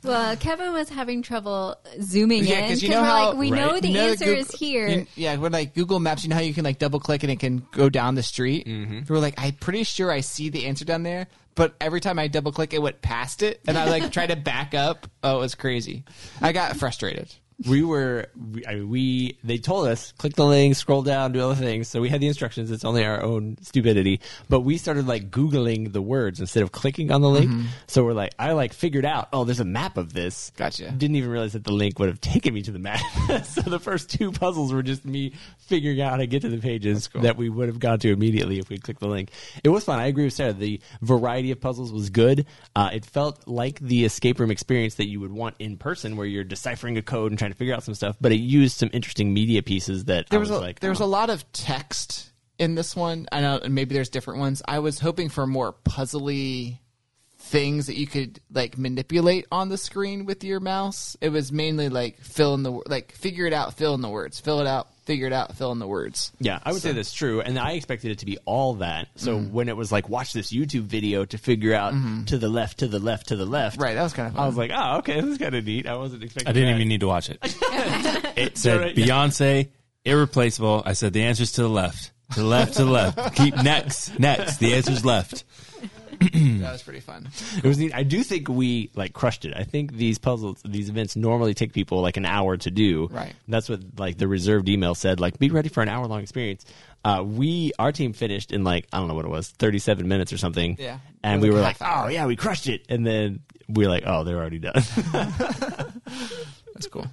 [SPEAKER 3] Well, Kevin was having trouble zooming in because we're like, we
[SPEAKER 2] Right.
[SPEAKER 3] know the
[SPEAKER 4] you know
[SPEAKER 3] answer
[SPEAKER 4] Goog-
[SPEAKER 3] is here.
[SPEAKER 4] you- yeah, we're like Google Maps. You know how you can like double click and it can go down the street. We're like, I'm pretty sure I see the answer down there, but every time I double click, it went past it, and I like tried to back up. Oh, it was crazy. I got frustrated.
[SPEAKER 2] we were we, I mean, we they told us click the link scroll down do other things so we had the instructions it's only our own stupidity but we started like googling the words instead of clicking on the link so we're like i like figured out oh there's a map of this
[SPEAKER 4] Gotcha.
[SPEAKER 2] didn't even realize that the link would have taken me to the map so the first two puzzles were just me figuring out how to get to the pages that we would have gone to immediately if we clicked the link it was fun i agree with sarah the variety of puzzles was good uh, it felt like the escape room experience that you would want in person where you're deciphering a code and trying to figure out some stuff but it used some interesting media pieces that I
[SPEAKER 4] There
[SPEAKER 2] was,
[SPEAKER 4] was a,
[SPEAKER 2] like
[SPEAKER 4] there was
[SPEAKER 2] oh.
[SPEAKER 4] a lot of text in this one. I know and maybe there's different ones. I was hoping for more puzzly things that you could like manipulate on the screen with your mouse. It was mainly like fill in the wo- like figure it out, fill in the words, fill it out, figure it out, fill in the words.
[SPEAKER 2] Yeah, I would say that's true, and I expected it to be all that. So
[SPEAKER 4] Mm-hmm.
[SPEAKER 2] when it was like, watch this YouTube video to figure out to the left, to the left, to the left.
[SPEAKER 4] Right, that was kind of
[SPEAKER 2] I was like, oh, okay, this is kind of neat. I wasn't expecting.
[SPEAKER 8] I didn't
[SPEAKER 2] that.
[SPEAKER 8] even need to watch it. It said
[SPEAKER 2] right, yeah.
[SPEAKER 8] Beyonce, irreplaceable. I said the answer's to the left, to the left, to the left. Keep next, next. The answer's left.
[SPEAKER 4] that was pretty fun.
[SPEAKER 2] It was neat. I do think we like crushed it. I think these puzzles, these events normally take people like an hour to do.
[SPEAKER 4] Right.
[SPEAKER 2] That's what like the reserved email said. Like, be ready for an hour long experience. Uh, we our team finished in like I don't know what it was, thirty seven minutes or something.
[SPEAKER 4] Yeah.
[SPEAKER 2] And
[SPEAKER 4] It was
[SPEAKER 2] we were like,
[SPEAKER 4] like half
[SPEAKER 2] oh yeah, we crushed it. And then we were like, oh, they're already done.
[SPEAKER 4] That's cool.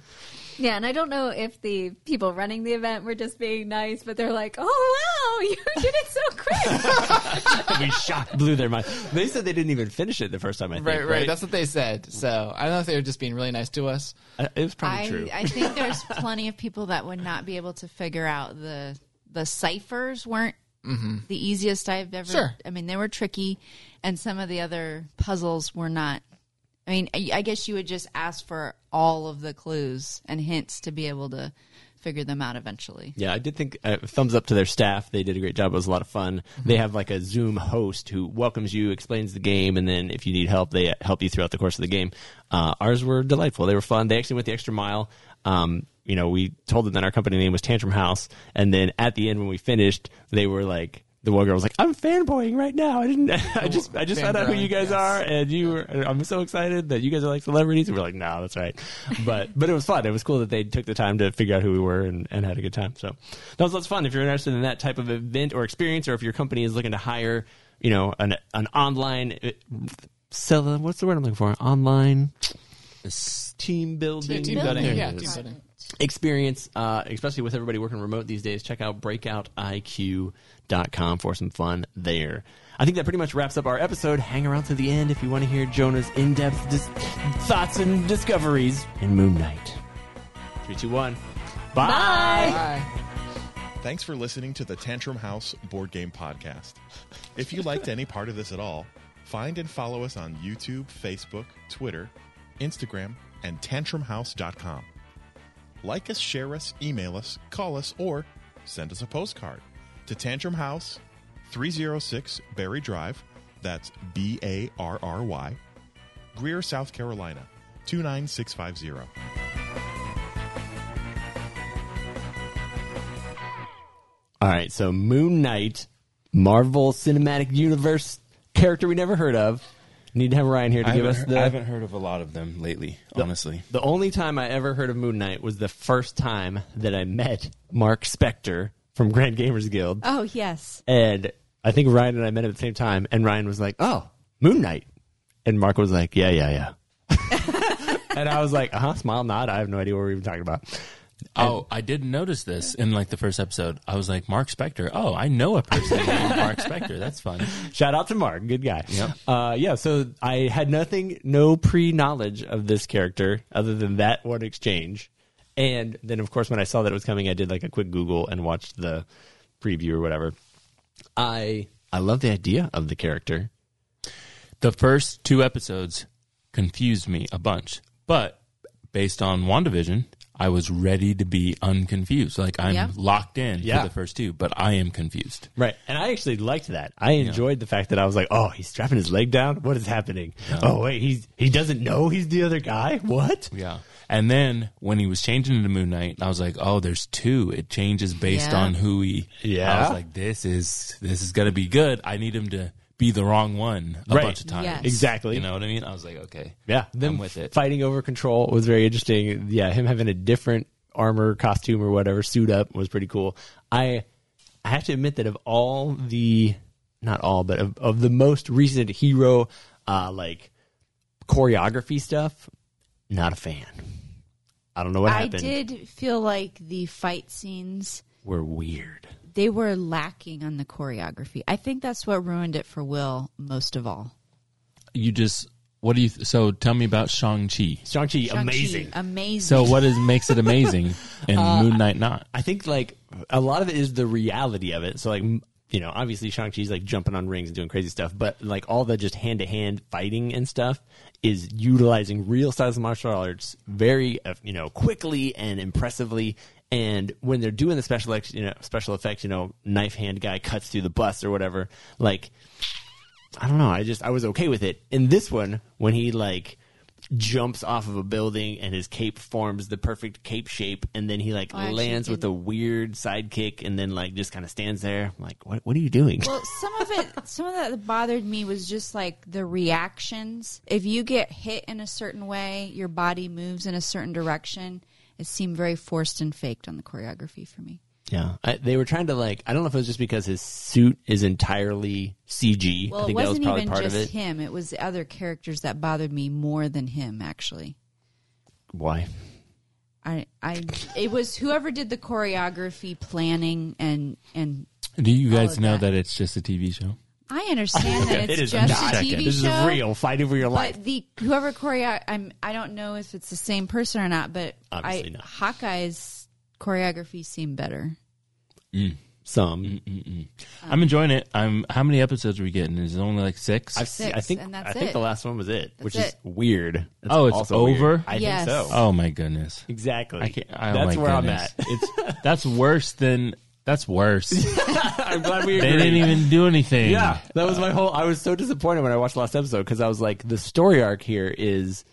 [SPEAKER 3] Yeah, and I don't know if the people running the event were just being nice, but they're like, "Oh wow, you did it so quick!"
[SPEAKER 2] we shocked, blew their mind. They said they didn't even finish it the first time. I think.
[SPEAKER 4] Right,
[SPEAKER 2] Right,
[SPEAKER 4] right, That's what they said. So I don't know if they were just being really nice to us.
[SPEAKER 2] Uh, it was probably
[SPEAKER 6] I,
[SPEAKER 2] true.
[SPEAKER 6] I think there's plenty of people that would not be able to figure out the the ciphers weren't
[SPEAKER 2] Mm-hmm.
[SPEAKER 6] the easiest I've ever.
[SPEAKER 4] Sure.
[SPEAKER 6] I mean, they were tricky, and some of the other puzzles were not. I mean, I, I guess you would just ask for all of the clues and hints to be able to figure them out eventually.
[SPEAKER 2] Yeah, I did think uh, thumbs up to their staff. They did a great job. It was a lot of fun.
[SPEAKER 4] Mm-hmm.
[SPEAKER 2] They have like a Zoom host who welcomes you, explains the game, and then if you need help, they help you throughout the course of the game. Uh, ours were delightful. They were fun. They actually went the extra mile. Um, you know, we told them that our company name was Tantrum House, and then at the end when we finished, they were like. The one girl was like, "I'm fanboying right now. I didn't. I just. I just found out who
[SPEAKER 4] Fangirling,
[SPEAKER 2] you guys
[SPEAKER 4] yes.
[SPEAKER 2] are, and you. Were, and I'm so excited that you guys are like celebrities." And we're like, "No, that's right." But but it was fun. It was cool that they took the time to figure out who we were and, and had a good time. So that was lots of fun. If you're interested in that type of event or experience, or if your company is looking to hire, you know, an an online uh, sell. What's the word I'm looking for? Online team building.
[SPEAKER 4] Team building.
[SPEAKER 2] There it
[SPEAKER 4] Yeah,
[SPEAKER 2] is
[SPEAKER 4] team building.
[SPEAKER 2] experience, uh, especially with everybody working remote these days, check out breakoutiq.com for some fun there. I think that pretty much wraps up our episode. Hang around to the end if you want to hear Jonah's in depth dis- thoughts and discoveries in Moon Knight. Three, two, one. Bye.
[SPEAKER 4] Bye.
[SPEAKER 9] Thanks for listening to the Tantrum House Board Game Podcast. If you liked any part of this at all, find and follow us on YouTube, Facebook, Twitter, Instagram, and tantrumhouse.com. Like us, share us, email us, call us, or send us a postcard to Tantrum House, 306 Barry Drive, that's B A R R Y, Greer, South Carolina, 29650.
[SPEAKER 2] All right, so Moon Knight, Marvel Cinematic Universe character we never heard of. Need to have Ryan here to
[SPEAKER 5] I
[SPEAKER 2] give
[SPEAKER 5] haven't,
[SPEAKER 2] us
[SPEAKER 5] heard,
[SPEAKER 2] the
[SPEAKER 5] I haven't heard of a lot of them lately, honestly.
[SPEAKER 2] The only time I ever heard of Moon Knight was the first time that I met Mark Spector from Grand Gamers Guild.
[SPEAKER 6] Oh yes,
[SPEAKER 2] And I think Ryan and I met at the same time. And Ryan was like, oh, Moon Knight. And Mark was like, yeah, yeah, yeah. and I was like, uh huh, smile, nod. I have no idea what we were talking about.
[SPEAKER 8] Oh, I didn't notice this in like the first episode. I was like, Mark Spector. Oh, I know a person named Mark Spector. That's fun.
[SPEAKER 2] Shout out to Mark, good guy. Uh, yeah. So I had nothing, no pre knowledge of this character other than that one exchange, and then of course when I saw that it was coming, I did like a quick Google and watched the preview or whatever. I I love the idea of the character.
[SPEAKER 8] The first two episodes confused me a bunch, but
[SPEAKER 5] based on WandaVision, I was ready to be unconfused. Like I'm
[SPEAKER 6] Yeah.
[SPEAKER 5] locked in
[SPEAKER 2] Yeah.
[SPEAKER 5] for the first two, but I am confused.
[SPEAKER 2] Right. And I actually liked that. I enjoyed the fact that I was like, oh, he's strapping his leg down. What is happening? Oh, wait, he's, he doesn't know he's the other guy. What?
[SPEAKER 5] Yeah. And then when he was changing into Moon Knight, I was like, "Oh, there's two. It changes based
[SPEAKER 6] Yeah.
[SPEAKER 5] on who he." I
[SPEAKER 2] Yeah.
[SPEAKER 5] was like, "This is this is gonna be good. I need him to be the wrong one a
[SPEAKER 2] Right.
[SPEAKER 5] bunch of times."
[SPEAKER 6] Yes.
[SPEAKER 2] Exactly.
[SPEAKER 5] You know what I mean? I was like, "Okay,
[SPEAKER 2] Yeah. Them
[SPEAKER 5] I'm with it."
[SPEAKER 2] fighting over control was very interesting. Yeah. Him having a different armor, costume, or whatever, suit up was pretty cool. I, I have to admit that of all the, not all, but of, of the most recent hero, uh, like choreography stuff, not a fan. I don't know what
[SPEAKER 6] I
[SPEAKER 2] happened.
[SPEAKER 6] did feel like the fight scenes
[SPEAKER 2] We're weird.
[SPEAKER 6] they were lacking on the choreography. I think that's what ruined it for Will most of all.
[SPEAKER 5] You just what do you? Th- so tell me about Shang Chi.
[SPEAKER 2] Shang-Chi,
[SPEAKER 6] Shang-Chi,
[SPEAKER 2] amazing.
[SPEAKER 6] amazing.
[SPEAKER 5] So what is makes it amazing and
[SPEAKER 6] Uh,
[SPEAKER 5] Moon Knight not?
[SPEAKER 2] I think like a lot of it is the reality of it. So like m- you know, obviously Shang-Chi's like jumping on rings and doing crazy stuff, but like all the just hand-to-hand fighting and stuff is utilizing real styles of martial arts very uh, you know, quickly and impressively and when they're doing the special ex, you know, special effects, you know, knife hand guy cuts through the bus or whatever, like I don't know. I just I was okay with it. In this one, when he like jumps off of a building and his cape forms the perfect cape shape, and then he like
[SPEAKER 6] Oh, I actually
[SPEAKER 2] lands with
[SPEAKER 6] didn't-
[SPEAKER 2] a weird sidekick, and then like just kind of stands there, I'm like what What are you doing?
[SPEAKER 6] Well, some of it, some of that bothered me was just like the reactions. If you get hit in a certain way, your body moves in a certain direction. It seemed very forced and faked on the choreography for me.
[SPEAKER 2] yeah, I, they were trying to like I don't know if it was just because his suit is entirely CG. I
[SPEAKER 6] Well, it
[SPEAKER 2] think that was
[SPEAKER 6] wasn't
[SPEAKER 2] probably
[SPEAKER 6] even
[SPEAKER 2] part
[SPEAKER 6] just
[SPEAKER 2] of it.
[SPEAKER 6] him; it was the other characters that bothered me more than him, actually.
[SPEAKER 2] Why?
[SPEAKER 6] I, I, it was whoever did the choreography planning and and
[SPEAKER 5] Do you
[SPEAKER 6] All
[SPEAKER 5] guys
[SPEAKER 6] of
[SPEAKER 5] know
[SPEAKER 6] that. Um,
[SPEAKER 5] that. it's just a TV show?
[SPEAKER 6] I understand that it's just a TV
[SPEAKER 2] This is
[SPEAKER 6] show.
[SPEAKER 2] a real fight over your life.
[SPEAKER 6] But the whoever choreo, I'm I don't know if it's the same person or not, but
[SPEAKER 2] Obviously
[SPEAKER 6] I,
[SPEAKER 2] not.
[SPEAKER 6] Hawkeye's choreography seemed better.
[SPEAKER 2] Some
[SPEAKER 5] I'm enjoying it. I'm. How many episodes are we getting? Is it only like 6
[SPEAKER 2] I've seen, I
[SPEAKER 6] Six,
[SPEAKER 2] think
[SPEAKER 6] and that's
[SPEAKER 2] I think
[SPEAKER 6] it.
[SPEAKER 2] the last one was it, which is
[SPEAKER 6] it.
[SPEAKER 2] weird. That's
[SPEAKER 5] Oh, it's
[SPEAKER 2] also weird.
[SPEAKER 5] over?
[SPEAKER 2] I
[SPEAKER 6] Yes.
[SPEAKER 2] think so.
[SPEAKER 5] oh my goodness.
[SPEAKER 2] Exactly.
[SPEAKER 5] I can't, oh
[SPEAKER 2] That's
[SPEAKER 5] my
[SPEAKER 2] where
[SPEAKER 5] goodness.
[SPEAKER 2] I'm at.
[SPEAKER 5] It's that's worse than that's worse. they
[SPEAKER 2] I'm glad we agree.
[SPEAKER 5] didn't even do anything.
[SPEAKER 2] yeah, that was my whole. I was so disappointed when I watched the last episode because I was like, the story arc here is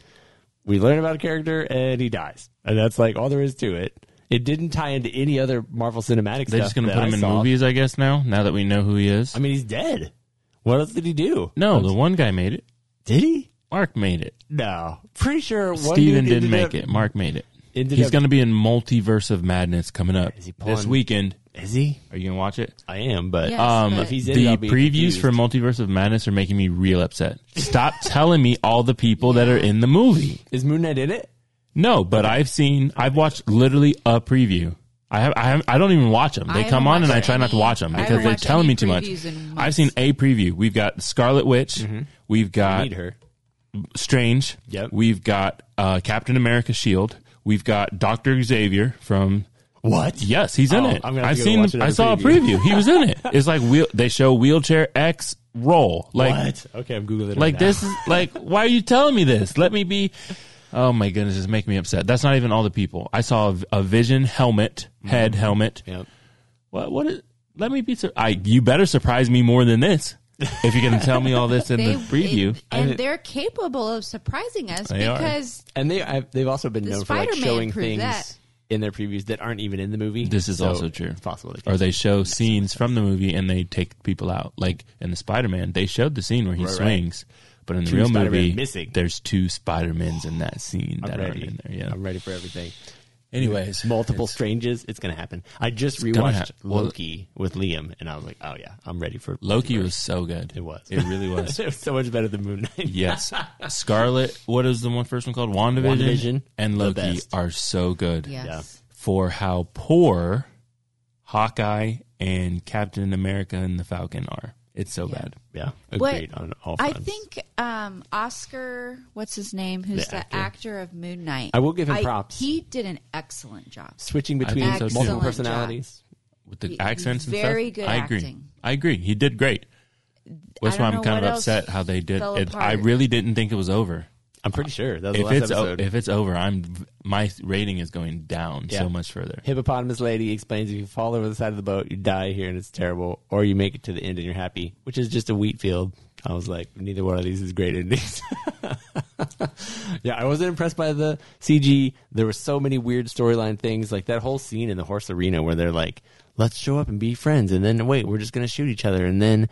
[SPEAKER 2] we learn about a character and he dies, and that's like all there is to it. It didn't tie into any other Marvel cinematic. stuff
[SPEAKER 5] They're just gonna
[SPEAKER 2] that
[SPEAKER 5] put him
[SPEAKER 2] I
[SPEAKER 5] in
[SPEAKER 2] saw.
[SPEAKER 5] movies, I guess. Now, now that we know who he is.
[SPEAKER 2] I mean, he's dead. What else did he do?
[SPEAKER 5] no, the one guy made it.
[SPEAKER 2] Did he?
[SPEAKER 5] Mark made it.
[SPEAKER 2] No, pretty sure one
[SPEAKER 5] Steven
[SPEAKER 2] dude ended
[SPEAKER 5] didn't make
[SPEAKER 2] up-
[SPEAKER 5] it. Mark made it.
[SPEAKER 2] ended
[SPEAKER 5] He's
[SPEAKER 2] up-
[SPEAKER 5] going to be in Multiverse of Madness coming up
[SPEAKER 2] Is he
[SPEAKER 5] this
[SPEAKER 2] pulling-
[SPEAKER 5] weekend.
[SPEAKER 2] Is he?
[SPEAKER 5] Are you going to watch it?
[SPEAKER 2] I am, but uh,
[SPEAKER 6] Yes,
[SPEAKER 5] Um,
[SPEAKER 6] but
[SPEAKER 2] if he's in, it,
[SPEAKER 5] the
[SPEAKER 2] I'll be
[SPEAKER 5] previews
[SPEAKER 2] confused.
[SPEAKER 5] for Multiverse of Madness are making me real upset. Stop telling me all the people that are in the movie.
[SPEAKER 2] is Moon Knight in it?
[SPEAKER 5] No, but I've seen, I've watched literally a preview. I have, I have, I don't even watch them.
[SPEAKER 6] I
[SPEAKER 5] They
[SPEAKER 6] haven't
[SPEAKER 5] come on and I
[SPEAKER 6] watched
[SPEAKER 5] try not to
[SPEAKER 6] any-
[SPEAKER 5] watch them
[SPEAKER 6] I
[SPEAKER 5] because
[SPEAKER 6] haven't
[SPEAKER 5] they're
[SPEAKER 6] watched
[SPEAKER 5] telling
[SPEAKER 6] any
[SPEAKER 5] me too much.
[SPEAKER 6] previews in
[SPEAKER 5] I've
[SPEAKER 6] months.
[SPEAKER 5] seen a preview. We've got Scarlet Witch. We've got
[SPEAKER 2] Mm-hmm. Need her.
[SPEAKER 5] Strange.
[SPEAKER 2] Yep.
[SPEAKER 5] We've got uh, Captain America Shield. We've got Doctor Xavier from.
[SPEAKER 2] What?
[SPEAKER 5] Yes, he's in
[SPEAKER 2] Oh,
[SPEAKER 5] it.
[SPEAKER 2] I'm gonna have
[SPEAKER 5] I've
[SPEAKER 2] to go
[SPEAKER 5] seen.
[SPEAKER 2] watch
[SPEAKER 5] the- I
[SPEAKER 2] another
[SPEAKER 5] saw
[SPEAKER 2] preview.
[SPEAKER 5] a preview. He was in it. It's like wheel, they show wheelchair X roll. Like
[SPEAKER 2] what? Okay, I'm googling it.
[SPEAKER 5] like
[SPEAKER 2] right now.
[SPEAKER 5] this is like why are you telling me this? Let me be. Oh my goodness, it's making me upset. That's not even all the people. I saw a, a Vision helmet,
[SPEAKER 2] Mm-hmm.
[SPEAKER 5] head helmet.
[SPEAKER 2] Yep.
[SPEAKER 5] What? What? Is, let me be. Sur- I. You better surprise me more than this. If you're gonna tell me all this in the preview.
[SPEAKER 6] it- and they're capable of surprising us
[SPEAKER 5] They are.
[SPEAKER 6] because
[SPEAKER 2] And they I've, they've also been
[SPEAKER 6] The
[SPEAKER 2] known for like
[SPEAKER 6] Spider-Man
[SPEAKER 2] showing
[SPEAKER 6] proved
[SPEAKER 2] things
[SPEAKER 6] that.
[SPEAKER 2] in their previews that aren't even in the movie.
[SPEAKER 5] This is
[SPEAKER 2] So
[SPEAKER 5] also true.
[SPEAKER 2] It's possible. They
[SPEAKER 5] Or they show scenes from the movie and they take people out. Like in the Spider Man, they showed the scene where he
[SPEAKER 2] Right, right.
[SPEAKER 5] swings, but in the
[SPEAKER 2] Two
[SPEAKER 5] real
[SPEAKER 2] Spider-Man
[SPEAKER 5] movie,
[SPEAKER 2] missing.
[SPEAKER 5] there's two Spider Mans in that scene
[SPEAKER 2] I'm
[SPEAKER 5] that aren't
[SPEAKER 2] ready.
[SPEAKER 5] in there. Yeah.
[SPEAKER 2] I'm ready for everything.
[SPEAKER 5] Anyways,
[SPEAKER 2] Multiple
[SPEAKER 5] it's-
[SPEAKER 2] stranges. It's gonna happen. I just
[SPEAKER 5] gonna
[SPEAKER 2] rewatched
[SPEAKER 5] hap- well-
[SPEAKER 2] Loki with Liam, and I was like, oh yeah, I'm ready for
[SPEAKER 5] Loki
[SPEAKER 2] multiverse.
[SPEAKER 5] was so good.
[SPEAKER 2] It was.
[SPEAKER 5] It really was.
[SPEAKER 2] it was so much better than Moon Knight.
[SPEAKER 5] yes. Scarlet. What is the one first one called? WandaVision,
[SPEAKER 2] WandaVision,
[SPEAKER 5] and
[SPEAKER 2] the
[SPEAKER 5] Loki
[SPEAKER 2] best.
[SPEAKER 5] are so good
[SPEAKER 6] yes,
[SPEAKER 5] for how poor Hawkeye and Captain America and the Falcon are. It's so bad.
[SPEAKER 2] Yeah,
[SPEAKER 6] What-
[SPEAKER 2] agreed on all
[SPEAKER 6] I
[SPEAKER 2] fronts.
[SPEAKER 6] think um, Oscar, what's his name, who's
[SPEAKER 2] The
[SPEAKER 6] the,
[SPEAKER 2] actor.
[SPEAKER 6] actor. of Moon Knight?
[SPEAKER 2] I will give him props.
[SPEAKER 6] He did an excellent job.
[SPEAKER 2] switching between
[SPEAKER 5] think so, too.
[SPEAKER 2] multiple
[SPEAKER 5] Excellent
[SPEAKER 2] personalities.
[SPEAKER 5] with the
[SPEAKER 6] He-
[SPEAKER 5] accents and
[SPEAKER 6] very
[SPEAKER 5] stuff.
[SPEAKER 6] good
[SPEAKER 5] I agree.
[SPEAKER 6] acting.
[SPEAKER 5] I agree. He did great. That's
[SPEAKER 6] don't
[SPEAKER 5] why I'm
[SPEAKER 6] know
[SPEAKER 5] kind of
[SPEAKER 6] what else
[SPEAKER 5] upset how they did
[SPEAKER 6] fell
[SPEAKER 5] it. I
[SPEAKER 6] apart.
[SPEAKER 5] really didn't think it was over.
[SPEAKER 2] I'm pretty sure that was the
[SPEAKER 5] If
[SPEAKER 2] last
[SPEAKER 5] it's o-
[SPEAKER 2] episode.
[SPEAKER 5] if it's over, I'm my rating is going down
[SPEAKER 2] Yeah.
[SPEAKER 5] so much further.
[SPEAKER 2] Hippopotamus lady explains if you fall over the side of the boat, you die here and it's terrible, or you make it to the end and you're happy, which is just a wheat field. I was like, neither one of these is great endings. yeah, I wasn't impressed by the CG. There were so many weird storyline things, like that whole scene in the horse arena where they're like, let's show up and be friends, and then wait, we're just going to shoot each other, and then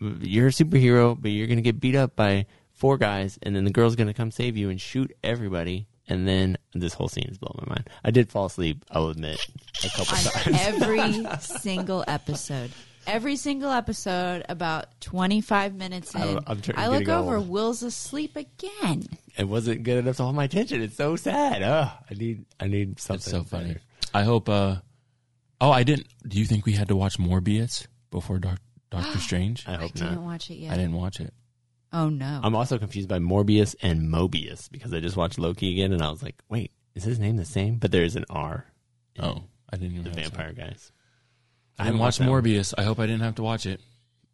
[SPEAKER 2] you're a superhero, but you're going to get beat up by four guys, and then the girl's going to come save you and shoot everybody. And then this whole scene is blowing my mind. I did fall asleep, I'll admit, a couple times.
[SPEAKER 3] on every single episode. Every single episode, about 25 minutes in,
[SPEAKER 2] I don't- I'm turning-
[SPEAKER 3] I look
[SPEAKER 2] getting old.
[SPEAKER 3] over, Will's asleep again.
[SPEAKER 2] It wasn't good enough to hold my attention. It's so sad. Ugh, I need, I need something.
[SPEAKER 5] That's so funny.
[SPEAKER 2] better.
[SPEAKER 5] I hope. uh Oh, I didn't. Do you think we had to watch Morbius before Doc, Doctor Strange?
[SPEAKER 2] I
[SPEAKER 3] I
[SPEAKER 2] hope
[SPEAKER 3] didn't
[SPEAKER 2] not.
[SPEAKER 3] watch it yet.
[SPEAKER 5] I didn't watch it.
[SPEAKER 3] Oh, no.
[SPEAKER 2] I'm also confused by Morbius and Mobius because I just watched Loki again, and I was like, wait, is his name the same? But there is an R. in
[SPEAKER 5] Oh, I didn't even.
[SPEAKER 2] the
[SPEAKER 5] notice that.
[SPEAKER 2] vampire guys.
[SPEAKER 5] I didn't watch
[SPEAKER 2] that one.
[SPEAKER 5] Morbius. I hope I didn't have to watch it.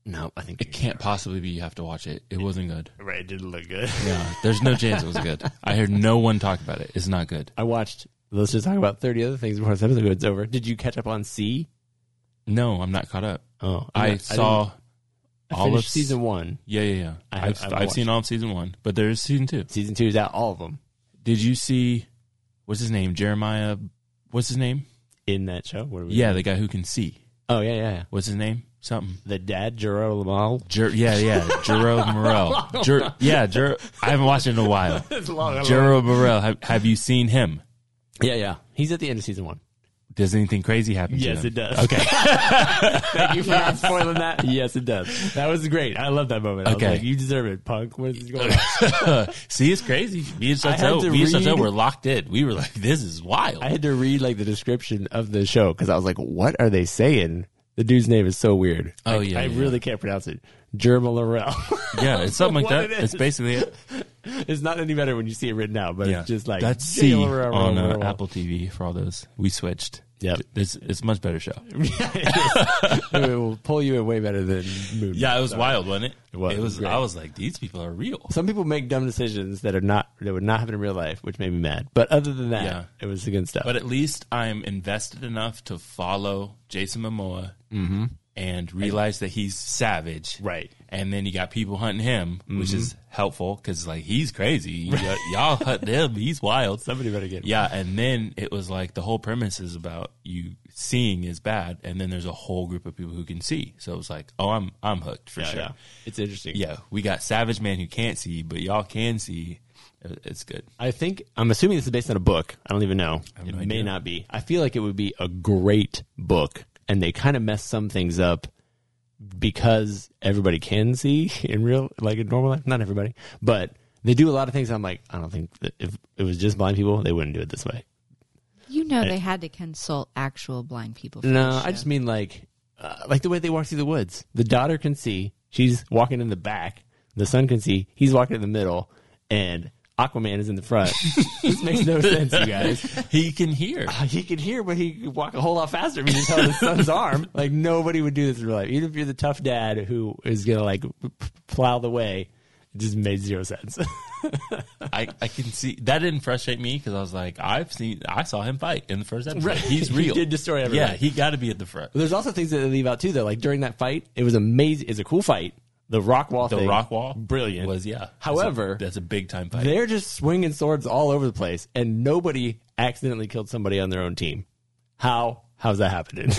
[SPEAKER 2] No, I think
[SPEAKER 5] It can't possibly be you have to watch it. It wasn't good.
[SPEAKER 2] Right, it didn't look good.
[SPEAKER 5] Yeah, there's no chance it was good. I heard no one talk about it. It's not good.
[SPEAKER 2] I watched. Let's just talk about thirty other things before this episode's over. Did you catch up on C?
[SPEAKER 5] No, I'm not caught up.
[SPEAKER 2] Oh,
[SPEAKER 5] I,
[SPEAKER 2] didn't-
[SPEAKER 5] saw
[SPEAKER 2] I
[SPEAKER 5] all
[SPEAKER 2] finished
[SPEAKER 5] of
[SPEAKER 2] season one.
[SPEAKER 5] Yeah, yeah, yeah.
[SPEAKER 2] I
[SPEAKER 5] I
[SPEAKER 2] have- I
[SPEAKER 5] have, I've,
[SPEAKER 2] haven't
[SPEAKER 5] I've seen
[SPEAKER 2] watched
[SPEAKER 5] all of season one, but there is season two.
[SPEAKER 2] Season two is out. All of them
[SPEAKER 5] Did you see? What's his name? Jeremiah. What's his name?
[SPEAKER 2] in that show. What are we
[SPEAKER 5] Yeah, the guy who can see.
[SPEAKER 2] Oh yeah, yeah, yeah.
[SPEAKER 5] What's his name? Something.
[SPEAKER 2] The dad Gerard Lamal.
[SPEAKER 5] Jer- yeah, yeah. Jerome Morel. Jer- yeah, Jer- I haven't watched it in a while. Jerome Morel. Have, have you seen him?
[SPEAKER 2] Yeah, yeah. He's at the end of season one.
[SPEAKER 5] Does anything crazy happen? to
[SPEAKER 2] Yes,
[SPEAKER 5] him?
[SPEAKER 2] it does. Okay. Thank you for not spoiling that. Yes, it does. That was great. I love that moment. I
[SPEAKER 5] Okay.
[SPEAKER 2] was like, you deserve it, punk. What is this going on?
[SPEAKER 5] See, it's crazy. Me and
[SPEAKER 2] I had
[SPEAKER 5] Soto,
[SPEAKER 2] to
[SPEAKER 5] me and Soto
[SPEAKER 2] read-
[SPEAKER 5] were locked in. We were like, this is wild.
[SPEAKER 2] I had to read like the description of the show because I was like, what are they saying? The dude's name is so weird. I,
[SPEAKER 5] Oh, yeah,
[SPEAKER 2] I
[SPEAKER 5] yeah.
[SPEAKER 2] really can't pronounce it. Germa Laurel.
[SPEAKER 5] yeah, it's something like
[SPEAKER 2] What
[SPEAKER 5] that.
[SPEAKER 2] it
[SPEAKER 5] it's
[SPEAKER 2] is.
[SPEAKER 5] basically it.
[SPEAKER 2] it's not any better when you see it written out, but
[SPEAKER 5] Yeah,
[SPEAKER 2] it's just like
[SPEAKER 5] that's
[SPEAKER 2] J.
[SPEAKER 5] C
[SPEAKER 2] Laurel,
[SPEAKER 5] on uh,
[SPEAKER 2] Laurel.
[SPEAKER 5] Apple TV for all those. We switched.
[SPEAKER 2] Yep.
[SPEAKER 5] it's it's a much better show.
[SPEAKER 2] it will pull you in way better than Moon.
[SPEAKER 5] Yeah, it was wild, wasn't it?
[SPEAKER 2] It was. It was great.
[SPEAKER 5] I was like, these people are real.
[SPEAKER 2] Some people make dumb decisions that are not that would not happen in real life, which made me mad. But other than that,
[SPEAKER 5] Yeah.
[SPEAKER 2] it was the good stuff.
[SPEAKER 5] But at least I'm invested enough to follow Jason Momoa and realize that he's savage.
[SPEAKER 2] Mm-hmm. Right. Mm-hmm.
[SPEAKER 5] And then you got people hunting him, which is helpful because like he's crazy. Y- y'all hunt him. He's wild.
[SPEAKER 2] Somebody better get him.
[SPEAKER 5] Yeah. And then it was like the whole premise is about you seeing is bad, and then there's a whole group of people who can see. So it was like, oh, I'm I'm hooked for
[SPEAKER 2] Yeah,
[SPEAKER 5] sure.
[SPEAKER 2] yeah. It's interesting.
[SPEAKER 5] Yeah, we got savage man who can't see, but y'all can see. It- It's good.
[SPEAKER 2] I think I'm assuming this is based on a book. I don't even know.
[SPEAKER 5] have
[SPEAKER 2] it
[SPEAKER 5] no
[SPEAKER 2] may
[SPEAKER 5] idea.
[SPEAKER 2] not be. I feel like it would be a great book, and they kind of mess some things up because everybody can see in real, like in normal life. Not everybody, but they do a lot of things. I'm like, I don't think that if it was just blind people, they wouldn't do it this way.
[SPEAKER 3] you know they had to consult actual blind people. For
[SPEAKER 2] No,
[SPEAKER 3] this
[SPEAKER 2] I
[SPEAKER 3] show.
[SPEAKER 2] just mean like, uh, like the way they walk through the woods. The daughter can see; she's walking in the back. The son can see; he's walking in the middle, and Aquaman is in the front. this makes no sense, you guys.
[SPEAKER 5] He can hear.
[SPEAKER 2] He could hear, but he could walk a whole lot faster if he just held his son's arm. Like nobody would do this in real life, even if you're the tough dad who is gonna like p- p- plow the way. It just made zero sense.
[SPEAKER 5] I, I can see that didn't frustrate me because I was like, I've seen, I saw him fight in the first episode. He's
[SPEAKER 2] He
[SPEAKER 5] real.
[SPEAKER 2] did destroy everyone.
[SPEAKER 5] Yeah, he got to be at the front.
[SPEAKER 2] But there's also things that they leave out too, though. Like during that fight, it was amazing. It's a cool fight. The rock wall,
[SPEAKER 5] The
[SPEAKER 2] thing,
[SPEAKER 5] rock wall,
[SPEAKER 2] brilliant.
[SPEAKER 5] was yeah.
[SPEAKER 2] However,
[SPEAKER 5] that's a, that's a big time fight.
[SPEAKER 2] They're just swinging swords all over the place, and nobody accidentally killed somebody on their own team. How? How's that happening?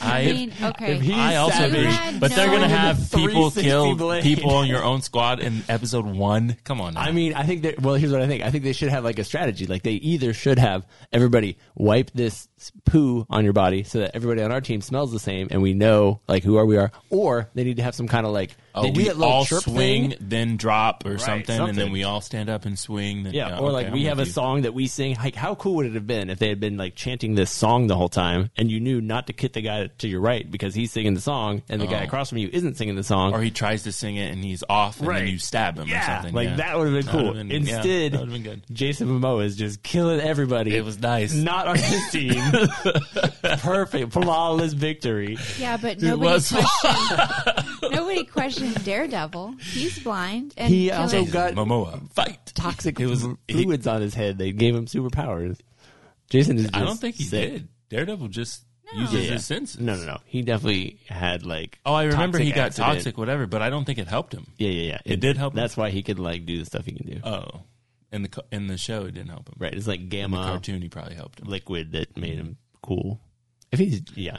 [SPEAKER 5] I,
[SPEAKER 6] I mean, okay.
[SPEAKER 2] if he-
[SPEAKER 5] I also
[SPEAKER 2] You
[SPEAKER 5] agree,
[SPEAKER 6] had
[SPEAKER 5] but they're
[SPEAKER 6] no-
[SPEAKER 5] gonna have people
[SPEAKER 2] 360
[SPEAKER 5] kill
[SPEAKER 2] blade.
[SPEAKER 5] people on your own squad in episode one. Come on, now.
[SPEAKER 2] I mean, I think that. Well, here's what I think. I think they should have like a strategy. Like they either should have everybody wipe this poo on your body so that everybody on our team smells the same, and we know like who are we are, or they need to have some kind of like
[SPEAKER 5] Oh,
[SPEAKER 2] they do
[SPEAKER 5] we
[SPEAKER 2] that little
[SPEAKER 5] all
[SPEAKER 2] chirp
[SPEAKER 5] swing,
[SPEAKER 2] thing.
[SPEAKER 5] then drop or something, and
[SPEAKER 2] something.
[SPEAKER 5] then we all stand up and swing. Then,
[SPEAKER 2] Yeah,
[SPEAKER 5] yeah,
[SPEAKER 2] or
[SPEAKER 5] okay,
[SPEAKER 2] like
[SPEAKER 5] I'm
[SPEAKER 2] we
[SPEAKER 5] with
[SPEAKER 2] have a
[SPEAKER 5] you.
[SPEAKER 2] song that we sing. Like, how cool would it have been if they had been like chanting this song the whole time, and you knew not to hit the guy to your right because he's singing the song, and the guy
[SPEAKER 5] Oh.
[SPEAKER 2] across from you isn't singing the song,
[SPEAKER 5] or he tries to sing it and he's off, and
[SPEAKER 2] Right.
[SPEAKER 5] then you stab him or
[SPEAKER 2] yeah,
[SPEAKER 5] something.
[SPEAKER 2] like
[SPEAKER 5] yeah.
[SPEAKER 2] that would have been
[SPEAKER 5] would've
[SPEAKER 2] cool.
[SPEAKER 5] been- yeah,
[SPEAKER 2] Instead,
[SPEAKER 5] that would've been good.
[SPEAKER 2] Jason Momoa is just killing everybody.
[SPEAKER 5] It was nice.
[SPEAKER 2] Not on his team. Perfect, flawless victory.
[SPEAKER 6] yeah, but
[SPEAKER 5] nobody
[SPEAKER 6] nobody
[SPEAKER 5] was-
[SPEAKER 6] questioned.
[SPEAKER 10] Nobody questioned Daredevil. He's blind. And
[SPEAKER 2] He also
[SPEAKER 10] killing-
[SPEAKER 2] got
[SPEAKER 5] Momoa Uh, fight.
[SPEAKER 2] toxic
[SPEAKER 5] It was- he-
[SPEAKER 2] fluids on his head. They gave him superpowers. Jason is.
[SPEAKER 5] I don't
[SPEAKER 2] just
[SPEAKER 5] think he
[SPEAKER 2] sick.
[SPEAKER 5] did. Daredevil just uses
[SPEAKER 2] Yeah, yeah.
[SPEAKER 5] his senses.
[SPEAKER 2] No, no, no. He definitely had like.
[SPEAKER 5] Oh, I remember
[SPEAKER 2] toxic
[SPEAKER 5] he got
[SPEAKER 2] accident.
[SPEAKER 5] toxic, whatever, but I don't think it helped him.
[SPEAKER 2] Yeah, yeah, yeah.
[SPEAKER 5] It did help him.
[SPEAKER 2] That's why he could like do the stuff he can do.
[SPEAKER 5] Oh, in the co- in the show, it didn't help him.
[SPEAKER 2] right. It's like
[SPEAKER 5] In the
[SPEAKER 2] gamma
[SPEAKER 5] cartoon, he probably helped him.
[SPEAKER 2] liquid that made him cool. If he's yeah,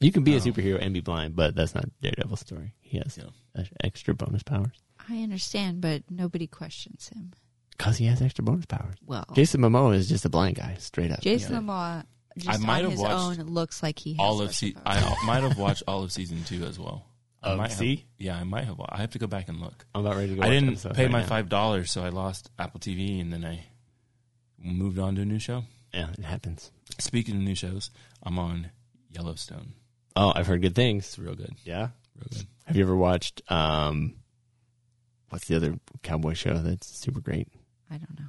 [SPEAKER 2] you can be a superhero and be blind, but that's not Daredevil's story. He has
[SPEAKER 5] Yeah.
[SPEAKER 2] ex- extra bonus powers
[SPEAKER 10] I understand, but nobody questions him.
[SPEAKER 2] because he has extra bonus powers.
[SPEAKER 10] Well,
[SPEAKER 2] Jason Momoa is just a blind guy, straight up.
[SPEAKER 10] Jason Momoa just
[SPEAKER 5] I might
[SPEAKER 10] on
[SPEAKER 5] have
[SPEAKER 10] his
[SPEAKER 5] watched
[SPEAKER 10] own looks like he has
[SPEAKER 5] all of se-
[SPEAKER 10] superpowers.
[SPEAKER 5] I al- might have watched all of season two as well. I
[SPEAKER 2] Of
[SPEAKER 5] might Have,
[SPEAKER 2] C?
[SPEAKER 5] yeah, I might have. wa- I have to go back and look.
[SPEAKER 2] I'm about ready to go.
[SPEAKER 5] I
[SPEAKER 2] watch
[SPEAKER 5] didn't
[SPEAKER 2] episode
[SPEAKER 5] pay
[SPEAKER 2] right
[SPEAKER 5] my
[SPEAKER 2] now.
[SPEAKER 5] five dollars, so I lost Apple TV, and then I moved on to a new show.
[SPEAKER 2] Yeah, it happens.
[SPEAKER 5] Speaking of new shows, I'm on Yellowstone.
[SPEAKER 2] Oh, I've heard good
[SPEAKER 5] It's
[SPEAKER 2] things.
[SPEAKER 5] real good.
[SPEAKER 2] Yeah.
[SPEAKER 5] Real good.
[SPEAKER 2] Have you ever watched um what's the other cowboy show that's super great
[SPEAKER 10] I don't know.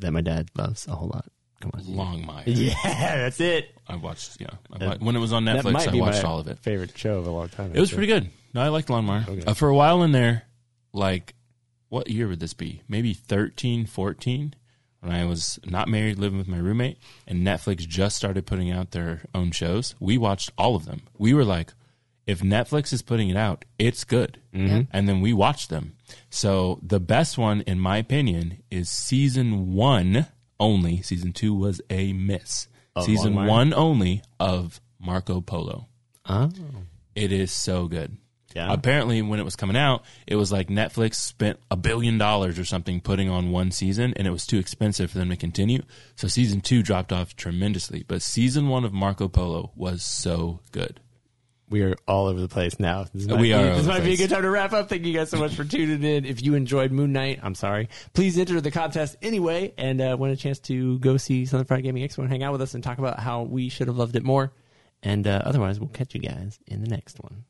[SPEAKER 2] that my dad loves a whole lot? Come on.
[SPEAKER 5] Longmire.
[SPEAKER 2] Yeah, that's it.
[SPEAKER 5] I watched. Yeah, I
[SPEAKER 2] That-
[SPEAKER 5] wa- when it was on Netflix, I watched all of it.
[SPEAKER 2] Favorite show of a long time.
[SPEAKER 5] It was pretty good. No, I liked Longmire.
[SPEAKER 2] Okay.
[SPEAKER 5] Uh, for a while in there, like, what year would this be? Maybe 13, 14, when I was not married, living with my roommate, and Netflix just started putting out their own shows. We watched all of them. We were like, if Netflix is putting it out, it's good. And then we watched them. So the best one, in my opinion, is season one only. Season two was a miss.
[SPEAKER 2] Of
[SPEAKER 5] season
[SPEAKER 2] Longmire?
[SPEAKER 5] one only of Marco Polo.
[SPEAKER 2] Oh.
[SPEAKER 5] It is so good.
[SPEAKER 2] Yeah.
[SPEAKER 5] Apparently, when it was coming out, it was like Netflix spent a billion dollars or something putting on one season, and it was too expensive for them to continue. So season two dropped off tremendously, but season one of Marco Polo was so good.
[SPEAKER 2] We are all over the place now. This might,
[SPEAKER 5] We
[SPEAKER 2] be,
[SPEAKER 5] are over
[SPEAKER 2] This
[SPEAKER 5] the
[SPEAKER 2] might be a
[SPEAKER 5] place.
[SPEAKER 2] good time to wrap up. Thank you guys so much for tuning in. If you enjoyed Moon Knight, I'm sorry. Please enter the contest anyway and uh, win a chance to go see Southern Fried Gaming Expo and hang out with us and talk about how we should have loved it more. And uh, otherwise, we'll catch you guys in the next one.